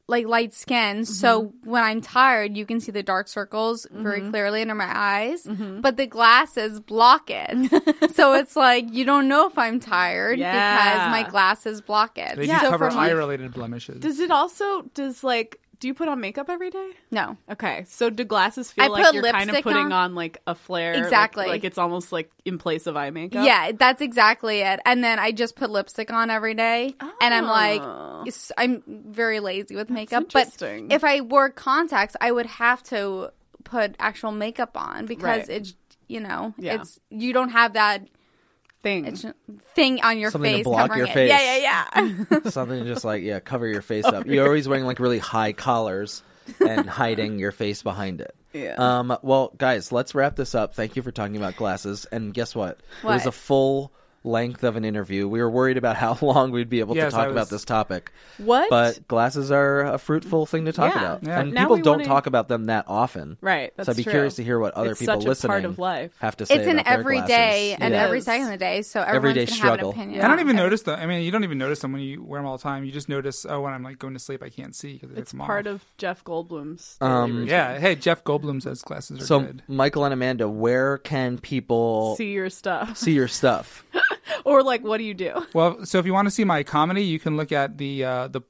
S9: like light skin, so when I'm tired, you can see the dark circles very clearly under my eyes, but the glasses block it. so it's like you don't know if I'm tired
S6: Yeah.
S9: because my glasses block it.
S10: They
S9: so
S10: do cover
S9: for
S10: eye
S9: me,
S10: related blemishes.
S6: Does it also does like do you put on makeup every day?
S9: no.
S6: Okay, so do glasses feel
S9: I
S6: like
S9: put
S6: you're kind of
S9: lipstick
S6: putting on?
S9: on.
S6: like a flare? like-
S9: Exactly.
S6: like, it's almost like in place of eye makeup.
S9: Yeah, that's exactly it. And then I just put lipstick on every day, and
S6: Oh.
S9: I'm like, it's- I'm very lazy with makeup. But
S6: interesting.
S9: if I wore contacts, I would have to put actual makeup on because
S6: Right.
S9: it's you know
S6: Yeah. Mm.
S9: it's you don't have that
S6: thing.
S9: it's thing on your
S5: Something to
S9: face
S5: block
S9: covering
S5: your
S9: it.
S5: face.
S9: Yeah, yeah, yeah.
S5: Something just like yeah, cover your face up. You're always wearing like really high collars and hiding your face behind it.
S6: Yeah.
S5: Um. Well, guys, let's wrap this up. Thank you for talking about glasses. And guess what? It was
S9: What?
S5: a full length of an interview. We were worried about how long we'd be able
S10: Yes,
S5: to talk
S10: I
S5: about
S10: was-
S5: this topic.
S6: What?
S5: But glasses are a fruitful thing to talk
S6: Yeah.
S5: about,
S6: Yeah.
S5: and
S6: Now
S5: people
S6: we
S5: don't
S6: wanna-
S5: talk about them that often.
S6: Right, that's
S5: so I'd be
S6: true.
S5: curious to hear what other
S6: It's
S5: people
S6: such a
S5: listening
S6: part of life.
S5: have to say.
S9: it's an
S5: about their
S9: everyday
S5: glasses.
S9: and
S5: Yeah.
S9: every
S6: is.
S9: second of the day, so everyone's
S5: Everyday
S9: gonna
S5: struggle.
S9: have an opinion.
S10: I don't even
S9: on it.
S10: notice them. I mean, you don't even notice them when you wear them all the time. You just notice, oh, when I'm like going to sleep, I can't see. 'cause I took
S6: it's
S10: them
S6: part
S10: off.
S6: of Jeff Goldblum's.
S5: Um,
S10: Yeah. Hey, Jeff Goldblum says glasses are
S5: So,
S10: good.
S5: Michael and Amanda, where can people
S6: see your stuff,
S5: see your stuff?
S6: or like what do you do?
S10: Well, so if you want to see my comedy, you can look at the uh, the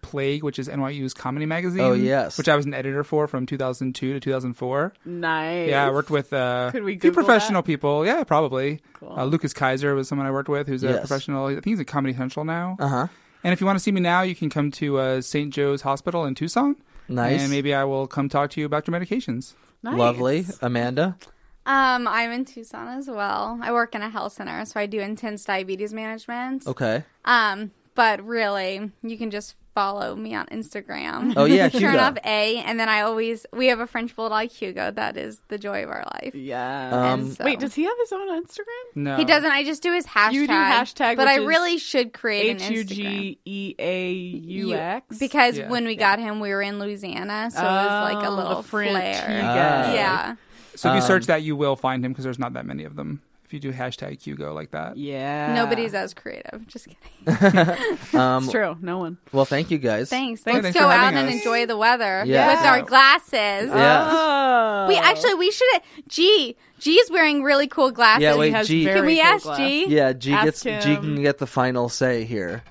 S10: Plague, which is NYU's comedy magazine.
S5: Oh, yes.
S10: which I was an editor for from 2002 to 2004.
S6: Nice.
S10: Yeah, I worked with uh,
S6: Could we
S10: a few
S6: Google
S10: professional people. Yeah, probably. Uh, Lucas Kaiser was someone I worked with who's a
S5: Yes.
S10: professional. I think he's at Comedy Central now.
S5: Uh huh.
S10: And if you want to see me now, you can come to uh, St. Joe's Hospital in Tucson.
S5: Nice.
S10: And maybe I will come talk to you about your medications.
S6: Nice.
S5: Lovely, Amanda.
S9: Um, I'm in Tucson as well. I work in a health center, so I do intense diabetes management.
S5: Okay.
S9: Um, but really, you can just follow me on Instagram.
S5: Oh, yeah,
S9: turn
S5: Hugo.
S9: off A, and then I always we have a French bulldog Hugo that is the joy of our life.
S6: Yeah.
S5: Um,
S9: And so-
S6: Wait, does he have his own Instagram?
S10: No.
S9: He doesn't. I just do his hashtag.
S6: You do hashtag, which
S9: but I
S6: is
S9: really should create
S6: H
S9: an
S6: u
S9: Instagram.
S6: g e a u x.
S9: because
S10: Yeah.
S9: when we got him, we were in Louisiana, so it was like a
S6: Oh,
S9: little
S6: the French
S9: flair.
S5: Ah.
S9: yeah,
S10: So
S5: Um.
S10: if you search that, you will find him because there's not that many of them. If you do hashtag Hugo like that.
S6: Yeah.
S9: nobody's as creative. Just kidding.
S6: It's true. No one.
S5: Well, thank you guys.
S9: Thanks.
S10: Thank-
S9: Let's
S10: thanks for
S9: go out
S10: having
S9: and
S10: us.
S9: enjoy the weather
S5: Yeah.
S9: with our glasses.
S5: Yeah.
S6: Oh.
S9: We actually we should. G G's wearing really cool glasses.
S5: Yeah, wait,
S6: has
S5: G.
S6: very
S9: Can we
S6: cool
S9: ask
S6: glass.
S9: G?
S5: yeah, G
S6: Ask
S5: gets G
S6: him.
S5: can get the final say here.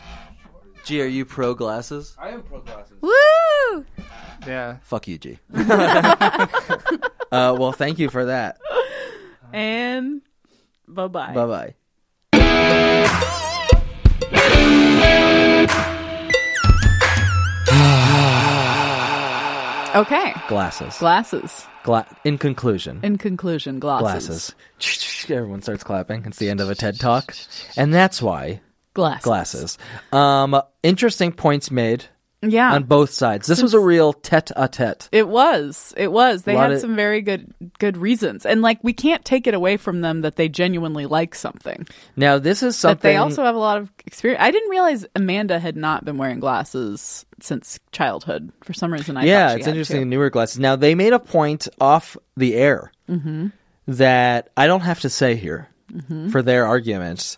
S5: G, are you pro glasses?
S8: I am pro glasses.
S9: Woo!
S10: Yeah.
S5: Fuck you, G. uh, well, thank you for that.
S6: And bye bye.
S5: Bye bye.
S6: Okay.
S5: Glasses.
S6: Glasses.
S5: Gla- in conclusion,
S6: In conclusion, glasses.
S5: glasses. Everyone starts clapping. It's the end of a TED talk, and that's why
S6: Glasses.
S5: glasses. Um, interesting points made
S6: Yeah.
S5: on both sides. This was a real tete-a-tete.
S6: It was. It was. They
S5: Lot
S6: had
S5: of-
S6: some very good good reasons. And like we can't take it away from them that they genuinely like something.
S5: Now this is
S6: That
S5: something
S6: they also have a lot of experience. I didn't realize Amanda had not been wearing glasses since childhood. For some reason I thought
S5: yeah,
S6: she
S5: it's
S6: had,
S5: interesting.
S6: too.
S5: Newer glasses. Now they made a point off the air
S6: Mm-hmm.
S5: that I don't have to say here for their arguments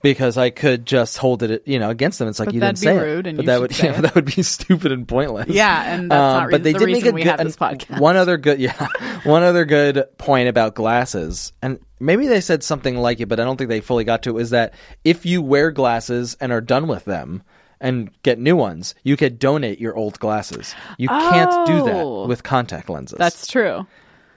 S5: because I could just hold it, you know, against them. It's like
S6: But
S5: you
S6: that'd
S5: didn't
S6: be
S5: say it.
S6: rude and
S5: but
S6: you
S5: that
S6: should
S5: would
S6: say
S5: yeah,
S6: it.
S5: that would be stupid and pointless. Um,
S6: Yeah, and that's not
S5: but
S6: reason-
S5: they
S6: the
S5: did make
S6: reason
S5: a
S6: we
S5: good
S6: have this
S5: an-
S6: podcast.
S5: one other good yeah one other good point about glasses and maybe they said something like it but I don't think they fully got to it, is that if you wear glasses and are done with them and get new ones you could donate your old glasses you can't do
S6: Oh.
S5: that with contact lenses
S6: That's true.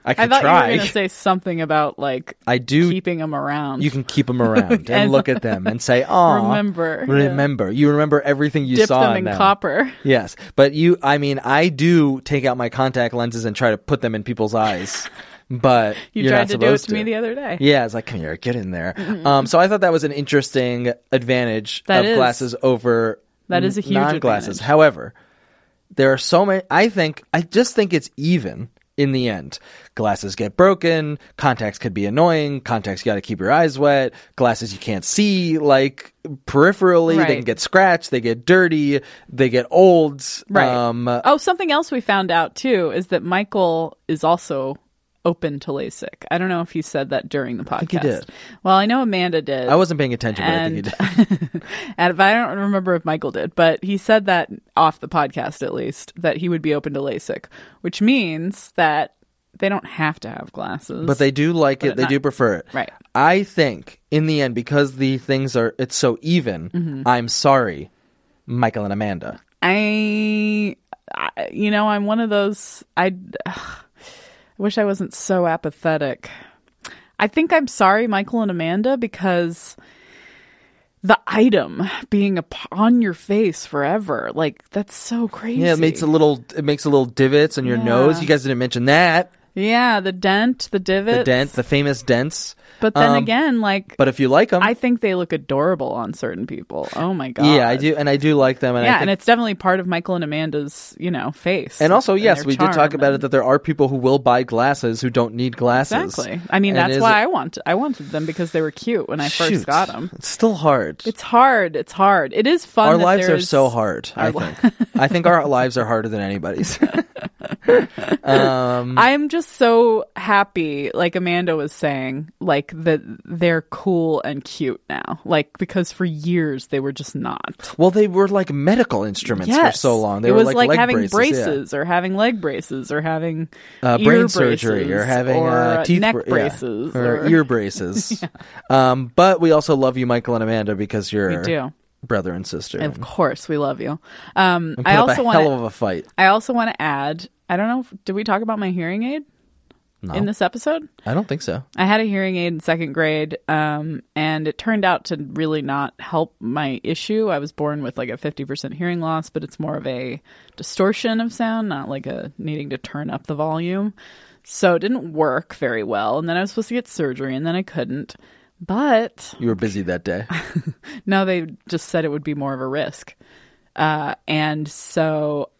S5: I
S6: I
S5: could
S6: thought you
S5: try
S6: were going to say something about like
S5: I do
S6: keeping them around.
S5: you can keep them around and,
S6: And-
S5: look at them and say oh
S6: Remember, yeah.
S5: remember you remember everything you
S6: dip
S5: saw
S6: them
S5: in
S6: in copper.
S5: Yes, but you I mean I do take out my contact lenses and try to put them in people's eyes. But
S6: You
S5: are
S6: tried
S5: not
S6: to do it
S5: supposed
S6: to, me the other day.
S5: Yeah, it's like come here, get in there. Um so I thought that was an interesting advantage
S6: Mm-hmm. That
S5: of
S6: is-
S5: glasses over
S6: that is a huge
S5: non-glasses.
S6: advantage.
S5: However, there are so many I think I just think it's even in the end. Glasses get broken, contacts could be annoying, contacts you got to keep your eyes wet, glasses you can't see like peripherally, they
S6: Right.
S5: can get scratched, they get dirty, they get old.
S6: Right.
S5: Um,
S6: Oh, something else we found out too is that Michael is also open to LASIK. I don't know if he said that during the podcast.
S5: think he did.
S6: Well, I know Amanda did.
S5: I wasn't paying attention, but I
S6: and,
S5: think he did.
S6: and but I don't remember if Michael did, but he said that off the podcast at least that he would be open to LASIK, which means that they don't have to have glasses.
S5: But they do like it. They
S6: not-
S5: do prefer it.
S6: Right.
S5: I think in the end, because the things are, it's so even.
S6: Mm-hmm.
S5: I'm sorry, Michael and Amanda.
S6: I, I you know, I'm one of those. I, I wish I wasn't so apathetic. I think I'm sorry, Michael and Amanda, because the item being up on your face forever, like that's so crazy.
S5: Yeah, it makes a little. It makes a little divots in your nose. You guys didn't mention that.
S6: yeah, the dent, the divot,
S5: The dents, the famous dents.
S6: But then
S5: Um,
S6: again, like
S5: But if you like them,
S6: I think they look adorable on certain people. Oh my god.
S5: yeah, I do, and I do like them. And I
S6: Yeah,
S5: think
S6: and it's definitely part of Michael and Amanda's, you know, face.
S5: And also, yes,
S6: their
S5: we did talk
S6: charm
S5: about
S6: and-
S5: it that there are people who will buy glasses who don't need glasses.
S6: Exactly. I mean,
S5: And
S6: that's
S5: is
S6: why
S5: it-
S6: I want I wanted them because they were cute when I first
S5: Shoot.
S6: got them.
S5: It's still hard.
S6: It's hard. It's hard. It is fun.
S5: our
S6: that
S5: lives are
S6: there's-
S5: so hard. I
S6: Our li-
S5: think. I think our lives are harder than anybody's. um,
S6: I'm just so happy, like Amanda was saying, like that they're cool and cute now. Like because for years they were just not.
S5: well, they were like medical instruments for
S6: Yes.
S5: so long. They
S6: it
S5: were
S6: was
S5: like,
S6: like,
S5: leg
S6: having braces,
S5: braces, yeah.
S6: or having leg braces or having
S5: uh,
S6: ear
S5: brain surgery or
S6: braces
S5: having
S6: or
S5: uh, teeth
S6: neck
S5: bra- yeah,
S6: braces
S5: or, ear braces. um, but we also love you, Michael and Amanda, because you're
S6: We do.
S5: brother and sister.
S6: Of course, we love you. Um,
S5: And put
S6: I
S5: up
S6: also
S5: a
S6: want
S5: hell of a fight.
S6: I also want to add. I don't know. If, did we talk about my hearing aid
S5: No,
S6: in this episode?
S5: I don't think so.
S6: I had a hearing aid in second grade, um, and it turned out to really not help my issue. I was born with like a fifty percent hearing loss, but it's more of a distortion of sound, not like a needing to turn up the volume. So it didn't work very well. And then I was supposed to get surgery, and then I couldn't. But
S5: You were busy that day.
S6: no, they just said it would be more of a risk. Uh, and so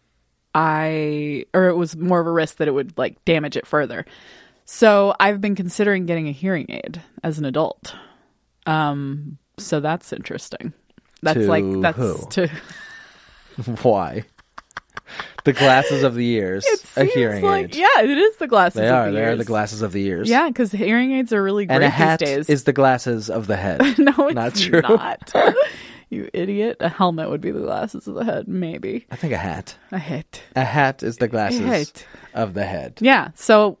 S6: I, or it was more of a risk that it would like damage it further. So I've been considering getting a hearing aid as an adult. Um, so that's interesting. That's
S5: To
S6: like that's
S5: who?
S6: to
S5: Why? The glasses of the ears. a
S6: Seems
S5: hearing
S6: like,
S5: aid.
S6: Yeah, it is the glasses.
S5: They
S6: of
S5: are.
S6: The
S5: they are the
S6: ears.
S5: glasses of the ears.
S6: Yeah, because hearing aids are really great
S5: And a hat
S6: these days.
S5: is the glasses of the head.
S6: no, it's
S5: not true.
S6: not. you idiot! A helmet would be the glasses of the head, maybe
S5: I think a hat.
S6: a hat.
S5: A hat is the glasses
S6: hat.
S5: of the head.
S6: Yeah. So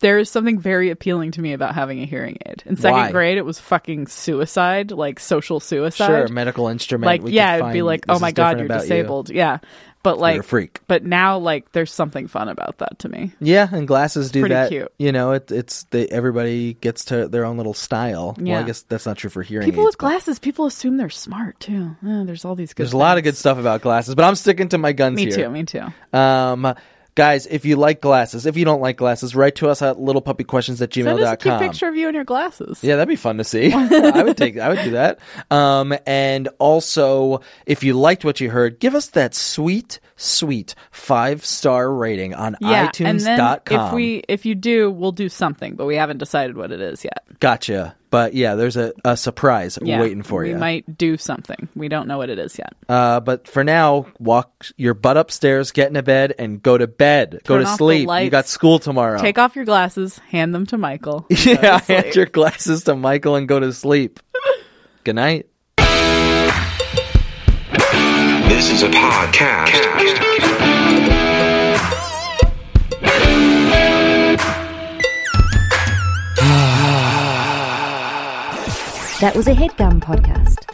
S6: there is something very appealing to me about having a hearing aid. In second
S5: Why?
S6: grade, it was fucking suicide, like social suicide.
S5: Sure, a medical instrument.
S6: like
S5: we could
S6: yeah, it'd be
S5: find
S6: like,
S5: this
S6: oh my
S5: is
S6: god,
S5: different
S6: you're
S5: about you.
S6: disabled. Yeah, but like
S5: a freak.
S6: But now, like, there's something fun about that to me.
S5: Yeah, and glasses do
S6: pretty
S5: that.
S6: cute.
S5: You know, it, it's they, everybody gets to their own little style. Well,
S6: Yeah.
S5: I guess that's not true for hearing
S6: People
S5: aids,
S6: with
S5: but
S6: glasses, people assume they're smart too. Oh, there's all these good.
S5: There's a lot of
S6: things.
S5: good stuff about glasses, but I'm sticking to my guns
S6: Me
S5: here.
S6: too. Me too.
S5: Um, Guys, if you like glasses, if you don't like glasses, write to us at littlepuppyquestions at
S6: Send us
S5: gmail.com.
S6: a cute picture of you and your glasses.
S5: Yeah, that'd be fun to see. I would take I would do that. Um and also if you liked what you heard, give us that sweet, sweet five star rating on
S6: Yeah,
S5: iTunes.com.
S6: and then if we if you do, we'll do something, but we haven't decided what it is yet.
S5: Gotcha. But yeah, there's a, a surprise
S6: Yeah,
S5: waiting for you.
S6: We might do something. We don't know what it is yet.
S5: Uh, but for now, walk your butt upstairs, get into bed, and go to bed. go
S6: Turn
S5: to
S6: off the
S5: sleep. You
S6: lights.
S5: got school tomorrow.
S6: Take off your glasses, hand them to Michael.
S5: yeah, hand your glasses to Michael and go to sleep. Good night.
S4: This is a podcast.
S1: That was a headgum podcast.